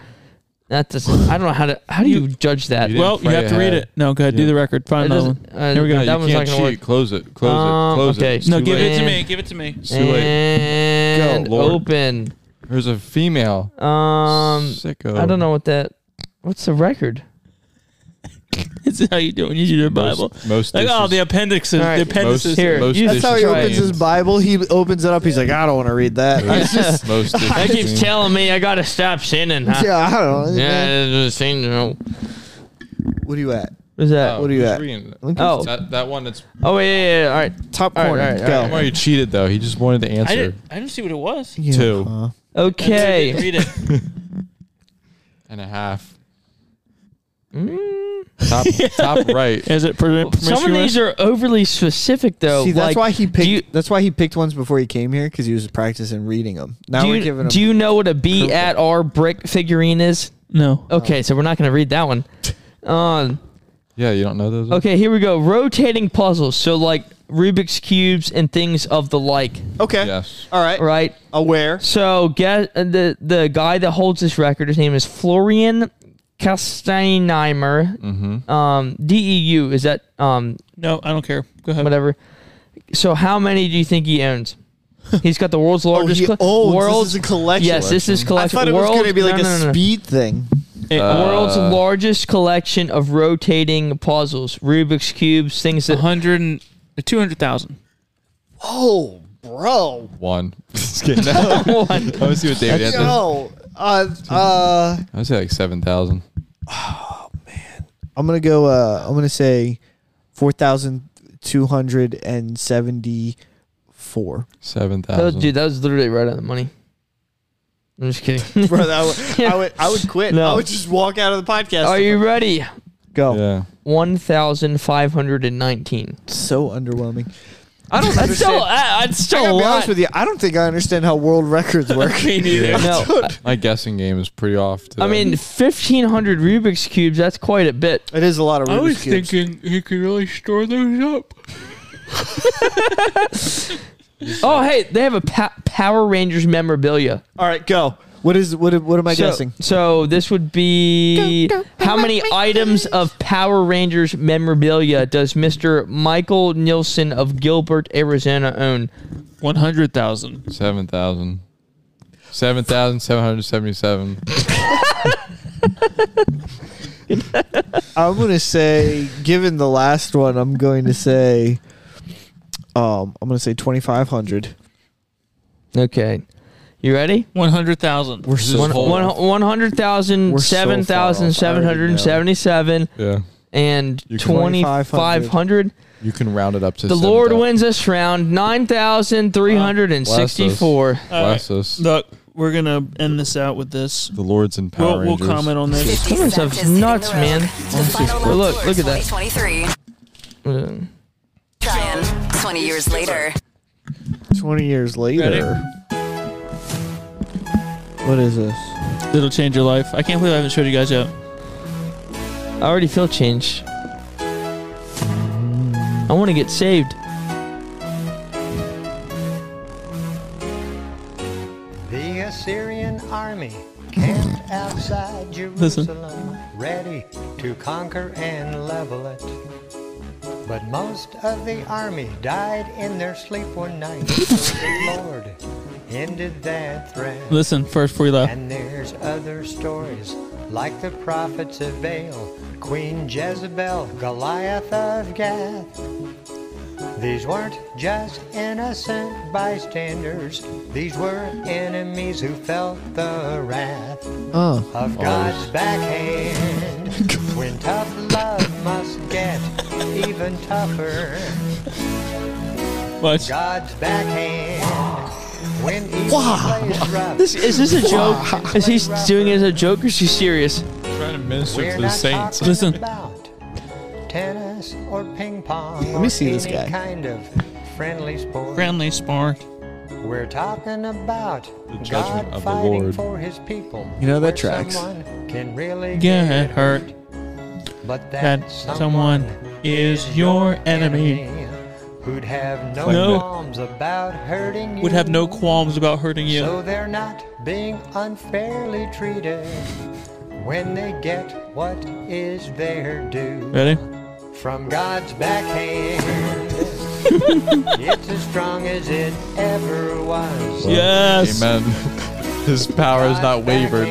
S1: that doesn't. I don't know how to. How do you, judge that?
S2: You didn't
S3: Well, you
S2: pray
S3: have to read
S2: ahead.
S3: it. No, go ahead. Do
S2: Yeah.
S3: the record.
S1: It
S3: Find another one.
S1: doesn't- uh,
S3: Here we go.
S1: That
S2: No, you
S1: one's
S2: can't
S1: not gonna
S2: cheat.
S1: work.
S2: Close it. Close
S1: Um,
S2: it. Close
S1: okay.
S2: it. It's
S3: No,
S2: too
S3: give
S2: late.
S3: it to
S1: late.
S3: me. Give it to me.
S2: It's too late.
S1: And
S2: Go, Lord.
S1: open.
S2: There's a female.
S1: Um,
S2: Sicko.
S1: I don't know what that. What's the record?
S3: It's how you do when you do your Bible.
S2: Most, most
S3: Like, oh, the
S2: dishes-
S3: appendices.
S1: All right.
S3: The appendices.
S2: most,
S1: Here,
S2: most
S1: you-
S4: That's how he
S2: dishes
S1: Try
S4: opens
S2: cleaned.
S4: his Bible. He opens it up. He's like, I don't want to read that. I
S2: Most-
S4: just-
S2: most dishes
S1: That keeps
S2: cleaned.
S1: telling me I gotta stop sinning. Huh?
S4: yeah, I don't know. man.
S1: Yeah, it's just saying, you know.
S4: What are you at?
S1: What's that?
S2: Oh,
S1: Oh,
S4: What are you
S2: just
S4: at?
S2: reading it.
S1: Oh.
S2: That, that one that's
S1: yeah, yeah, yeah. All right.
S4: Top
S1: All right,
S4: corner.
S1: all right, all
S4: Go.
S2: Don't worry, you cheated though. He just wanted the
S3: I
S2: answer.
S3: didn't. I didn't see what it was.
S4: Yeah,
S2: Two.
S4: huh.
S3: I
S1: Okay.
S3: didn't Read it.
S2: And a half. Top, top right.
S3: Is it per-
S1: Some of
S3: promiscuous?
S1: these are overly specific, though.
S4: See, that's
S1: like,
S4: why he
S1: do
S4: picked.
S1: you-
S4: that's why he picked ones before he came here because he was practicing reading them. Now
S1: do
S4: we're
S1: you,
S4: giving him.
S1: do you know what a B at R brick figurine is?
S3: No.
S1: Okay, so we're not gonna read that one. Um.
S2: Yeah, you don't know those.
S1: Okay, here we go. Rotating puzzles. So like Rubik's cubes and things of the like.
S4: okay.
S2: Yes.
S4: All right.
S1: Right.
S4: Aware.
S1: So guess, uh, the the guy that holds this record, his name is Florian Kastanheimer.
S4: Mm-hmm.
S1: Um, DEU is that um
S3: No, I don't care. Go ahead.
S1: whatever. So how many do you think he owns? He's got the world's largest.
S4: Oh, he
S1: cl-
S4: owns- this
S1: world's-
S4: is a collection.
S1: Yes, this is
S4: I
S1: collection.
S4: thought it was
S1: World-
S4: going to be like
S1: no, no,
S4: a
S1: no, no.
S4: speed thing.
S1: eh, World's
S4: Uh.
S1: largest collection of rotating puzzles, Rubik's cubes, things that.
S3: 100 and 200,000.
S4: Oh, bro.
S2: One. Just kidding. No.
S4: Uh-huh.
S1: One.
S2: I was see what David answered. I
S4: Yo. Uh, uh,
S2: would say like seven thousand.
S4: I'm gonna go. Uh, I'm gonna say four thousand two hundred and seventy-four.
S2: Seven
S1: That was-
S2: thousand.
S1: dude, that was literally right on the money. I'm just kidding.
S4: Bro, that would, I would. I would quit.
S1: No.
S4: I would just walk out of the podcast.
S1: Are you ready?
S4: go?
S2: Yeah.
S1: 1,519.
S4: So underwhelming.
S1: I don't That's still, I, that's
S4: I
S1: still a
S4: gotta be
S1: lot.
S4: honest with you. I don't think I understand how world records work.
S1: no,
S2: My guessing game is pretty off. Today.
S1: I mean, 1,500 Rubik's Cubes, that's quite a bit.
S4: It is a lot of Rubik's cubes.
S3: he could really store those up.
S1: Oh, hey, they have a pa- Power Rangers memorabilia.
S4: All right, go. What is what? What am I guessing?
S1: So this would be how many items of Power Rangers memorabilia does Mr. Michael Nielsen of Gilbert, Arizona own?
S3: 100,000.
S2: seven thousand. Seven thousand seven hundred seventy-seven.
S4: I'm gonna say, given the last one, I'm going to say, um, I'm gonna say 2,500.
S1: Okay. You ready?
S3: 100,000.
S4: We're so
S1: One,
S2: whole-
S1: one, 100,000,
S4: We're so far off. I already
S1: 7,777,
S2: Yeah.
S1: and
S2: You-
S1: 2,500.
S2: You can round it up to.
S1: The Lord wins this round, 9,364.
S2: Bless us.
S3: Look, we're going to end this out with this.
S2: The Lord's in Power
S3: Uh, We'll, we'll
S2: Rangers.
S3: comment on this.
S1: Some of this stuff's nuts, man. Well, look, look at that.
S12: 2023.
S1: Uh,
S12: Trying 20 years later.
S4: 20 years later. What is this?
S3: It'll change your life. I can't believe I haven't showed you guys yet.
S1: I already feel change. I want to get saved.
S13: The Assyrian army camped outside
S3: Listen.
S13: Jerusalem, ready to conquer and level it. But most of the army died in their sleep one night. so the Lord ended that threat.
S3: Listen first before you laugh.
S13: And there's other stories, like the prophets of Baal, Queen Jezebel, Goliath of Gath. These weren't just innocent bystanders, these were enemies who felt the wrath
S1: Oh.
S13: of God's backhand. when tough love must get even tougher.
S3: Watch.
S13: God's backhand. When evil plays rough.
S1: This is this a joke? Is he doing it as a joke or is he serious?
S2: Trying to minister
S13: We're not talking
S1: Listen.
S13: about tennis or ping pong.
S1: Let me
S13: or
S1: see this
S13: any
S1: guy.
S13: Kind of friendly sport.
S3: Friendly sport.
S13: We're talking about
S3: The judgment
S13: God
S3: of the
S13: fighting
S3: Lord.
S13: for His people.
S4: You know, that
S13: where
S4: tracks.
S13: Someone can really
S3: Get hurt.
S13: But that,
S3: That someone is your enemy.
S13: who'd have no,
S3: No.
S13: qualms about hurting you.
S3: Would have no qualms about hurting
S13: So
S3: you.
S13: they're not being unfairly treated when they get what is their due
S3: Ready?
S13: from God's backhand. it's as strong as it ever was.
S2: Yes. Amen. His power is not wavered.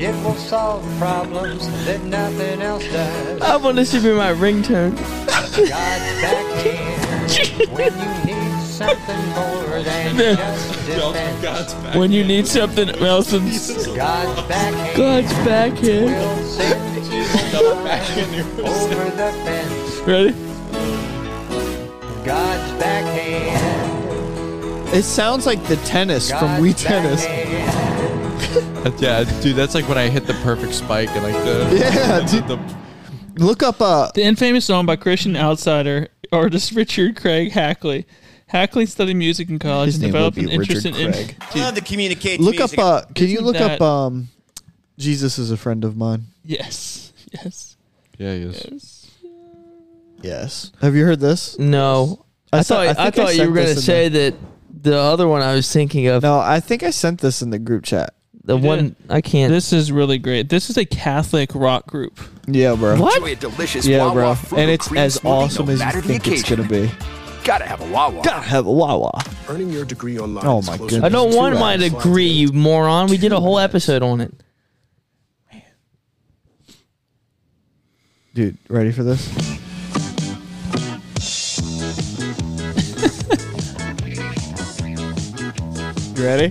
S13: It will solve problems that nothing else does.
S1: I want this to be my ringtone.
S13: God's backhand. when you need something more than
S3: Man.
S13: just defense. God's
S3: When you need something else, than-
S13: backhand.
S3: God's backhand.
S13: Will send you over the fence.
S3: ready?
S13: God's backhand.
S4: It sounds like the tennis from We Tennis.
S2: Yeah, dude, that's like when I hit the perfect spike and like the
S4: Yeah, dude.
S2: the-
S4: Look up uh
S3: The infamous song by Christian outsider artist Richard Craig Hackley. Hackley studied music in college
S4: His
S3: and
S4: name
S3: developed
S4: would
S3: an
S4: be
S3: interest
S4: Richard
S3: in.
S4: Craig.
S3: Dude,
S14: love to communicate.
S4: look up uh can you
S3: Isn't
S4: look
S3: that-
S4: up um Jesus is a friend of mine.
S3: yes, yes.
S2: yeah, yes.
S4: Yes. Mm. Have you heard this?
S1: No. I,
S4: se-
S1: thought I,
S4: think
S1: thought you
S4: sent
S1: were gonna
S4: this in
S1: say that the other one I was thinking of.
S4: No, I think I sent this in the group chat.
S1: The one I can't.
S3: This is really great. This is a Catholic rock group.
S4: Yeah, bro.
S14: Enjoy a delicious
S4: Yeah,
S14: Wawa
S4: bro.
S14: fruit
S4: And
S14: or
S4: it's
S14: cream
S4: as
S14: smoothie,
S4: awesome
S14: no
S4: as
S14: matter
S4: you
S14: the
S4: think it's
S14: occasion.
S4: gonna be.
S14: Gotta have a Wawa.
S4: Gotta have a Wawa.
S15: Earning your degree online.
S4: Oh
S15: is
S4: my
S15: closer
S4: goodness.
S1: I don't
S4: Two
S1: want my
S4: hours.
S1: degree, you moron. We did a whole episode on it.
S4: Dude, ready for this? You ready?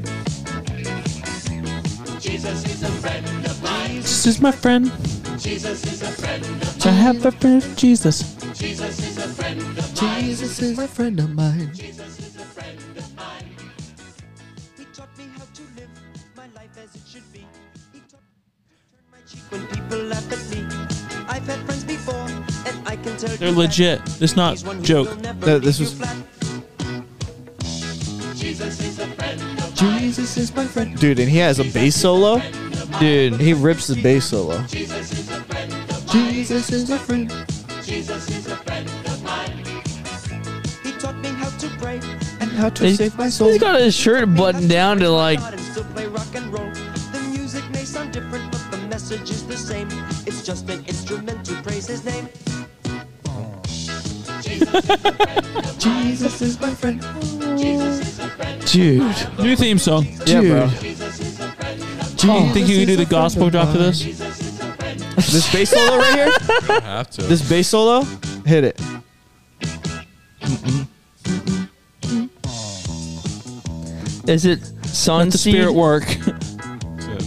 S3: Jesus is my friend. I have a friend, Jesus.
S4: Jesus is a friend of mine.
S3: They're legit. It's not joke.
S4: No, this was
S3: Jesus is my friend.
S4: Dude, and he has a bass solo. Dude, he rips the bass solo. Jesus is a friend. And how to
S1: He's-
S4: save my soul.
S1: He's got his shirt buttoned down to like
S11: It's just an instrument to praise his name.
S4: Jesus is my friend.
S1: Dude.
S3: New theme song.
S4: Yeah, bro.
S3: Oh, think you can do the gospel drop to this?
S4: This bass solo right here.
S2: have to.
S4: This bass solo. Hit it.
S1: Is it
S3: Let
S1: Sun
S3: the spirit work.
S2: Yeah.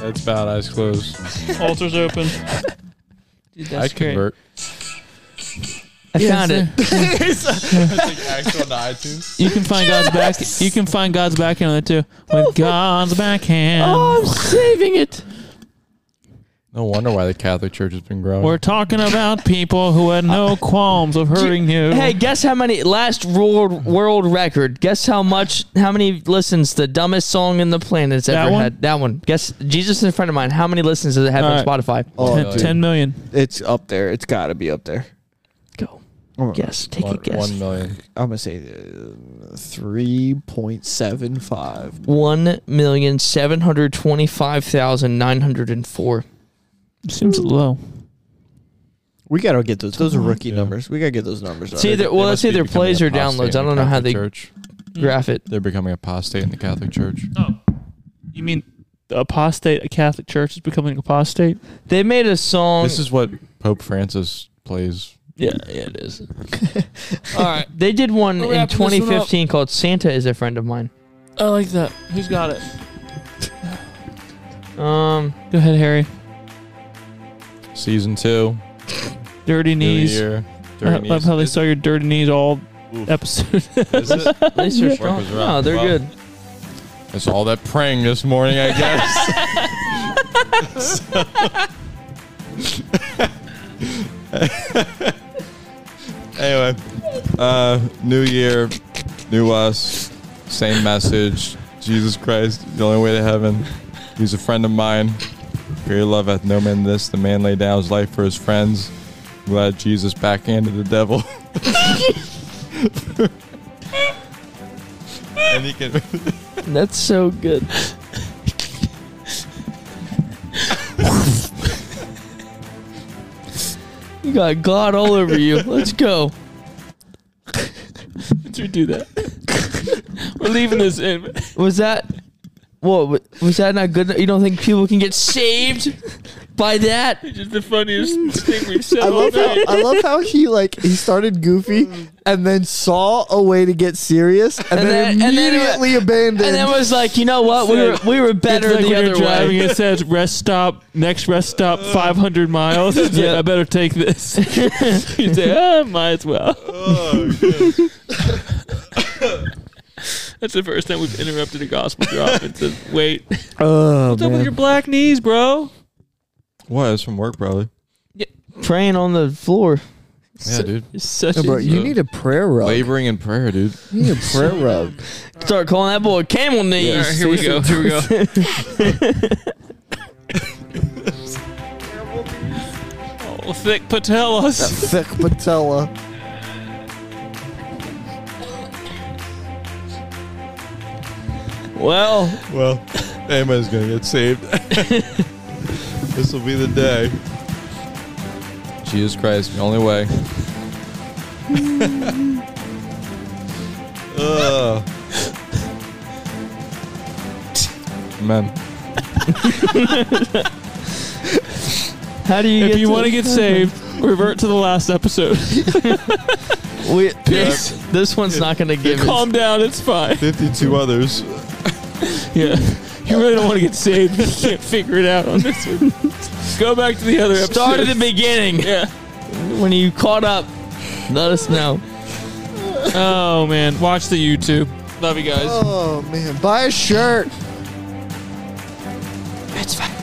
S2: That's bad. Eyes closed.
S3: Altar's open. Dude,
S2: I
S3: that's great.
S2: convert.
S1: I
S3: Yes,
S1: found it.
S3: You can find God's back. You can find God's backhand on it too. With God's backhand.
S1: Oh, I'm saving it.
S2: No wonder why the Catholic Church has been growing.
S3: We're talking about people who had no qualms of hurting you.
S1: Hey, guess how many last world world record? Guess how much? How many listens the dumbest song in the planet's
S3: That
S1: ever
S3: one?
S1: had? That one. Guess Jesus in a friend of mine. How many listens does it have on
S3: All right.
S1: Spotify?
S3: Oh, Ten- dude. 10 million.
S4: It's up there. It's got to be up there.
S1: Go.
S4: Guess.
S1: Take a One- guess. one
S2: million.
S4: I'm gonna say uh, three point seven five.
S1: One million seven hundred twenty-five thousand nine hundred and four.
S3: Seems low.
S4: We gotta get those. Those are rookie numbers. We gotta get those
S2: Uh,
S4: numbers.
S1: See,
S4: up.
S1: either, well, that's either plays or downloads. I don't know how they graph it.
S2: They're becoming apostate in the Catholic Church.
S3: Oh. You mean the apostate, a Catholic church is becoming apostate?
S1: They made a song.
S2: This is what Pope Francis plays.
S1: Yeah, yeah, it is. All right. They did one
S3: We're
S1: in
S3: wrapping this one up.
S1: 2015 called Santa is a Friend of Mine.
S3: I like that. Who's got it?
S1: Um,
S3: Go ahead, Harry.
S2: Season two.
S3: Dirty knees.
S2: year.
S3: I
S1: Uh,
S2: Dirty
S3: love
S2: knees.
S3: how they saw your dirty knees all episode.
S1: These are strong. No, Oh, they're
S2: Well,
S1: good.
S2: It's all that praying this morning, I guess. anyway, uh, new year, new us, same message. Jesus Christ, the only way to heaven. He's a friend of mine. Greater love hath no man than this. The man laid down his life for his friends. I'm glad Jesus backhanded the devil. and he can.
S1: That's so good. you got God all over you. Let's go.
S3: Let's redo that. We're leaving this in.
S1: Was that what wa- was that not good? You don't think people can get saved by that?
S3: It's just the funniest thing we've said
S4: I
S3: all
S4: love how
S3: night.
S4: I love how he like he started goofy and then saw a way to get serious
S1: And
S4: and, then,
S1: then- and then-
S4: immediately abandoned.
S1: And then was like, you know what? We were we were better
S3: it's like
S1: the
S3: when
S1: other
S3: you're driving,
S1: way.
S3: It says rest stop, next rest stop, 500 miles. It's like,
S1: Yeah.
S3: I better take this. you say, ah, might as well. That's the first time we've interrupted a gospel drop. It says, wait, what's
S4: oh
S3: up with your
S4: man.
S3: black knees, bro?
S2: What? It's from work, probably.
S1: Praying on the floor.
S2: Yeah, dude.
S3: It's such
S4: No,
S3: a
S4: bro, you
S2: Uh,
S4: need a prayer rug.
S2: Laboring in prayer, dude.
S4: You need a prayer rug.
S1: Start calling that boy camel knees.
S3: All right, here we go. Here we go. oh, thick patellas.
S4: Thick patella.
S1: Well,
S2: Well, Emma's gonna get saved. this will be the day. Jesus Christ, the only way. Ugh. Amen.
S1: how do you?
S3: If
S1: get to-
S3: you want to get saved, revert to the last episode.
S1: we, this, this one's not going to give. it.
S3: Calm down, it's fine.
S2: 52 others.
S3: Yeah. You really don't want to get saved. You can't figure it out on this one. Go back to the other episode.
S1: Start at the beginning.
S3: Yeah.
S1: When you caught up, let us know.
S3: Oh, man. Watch the YouTube. Love you guys.
S4: Oh man, buy a shirt.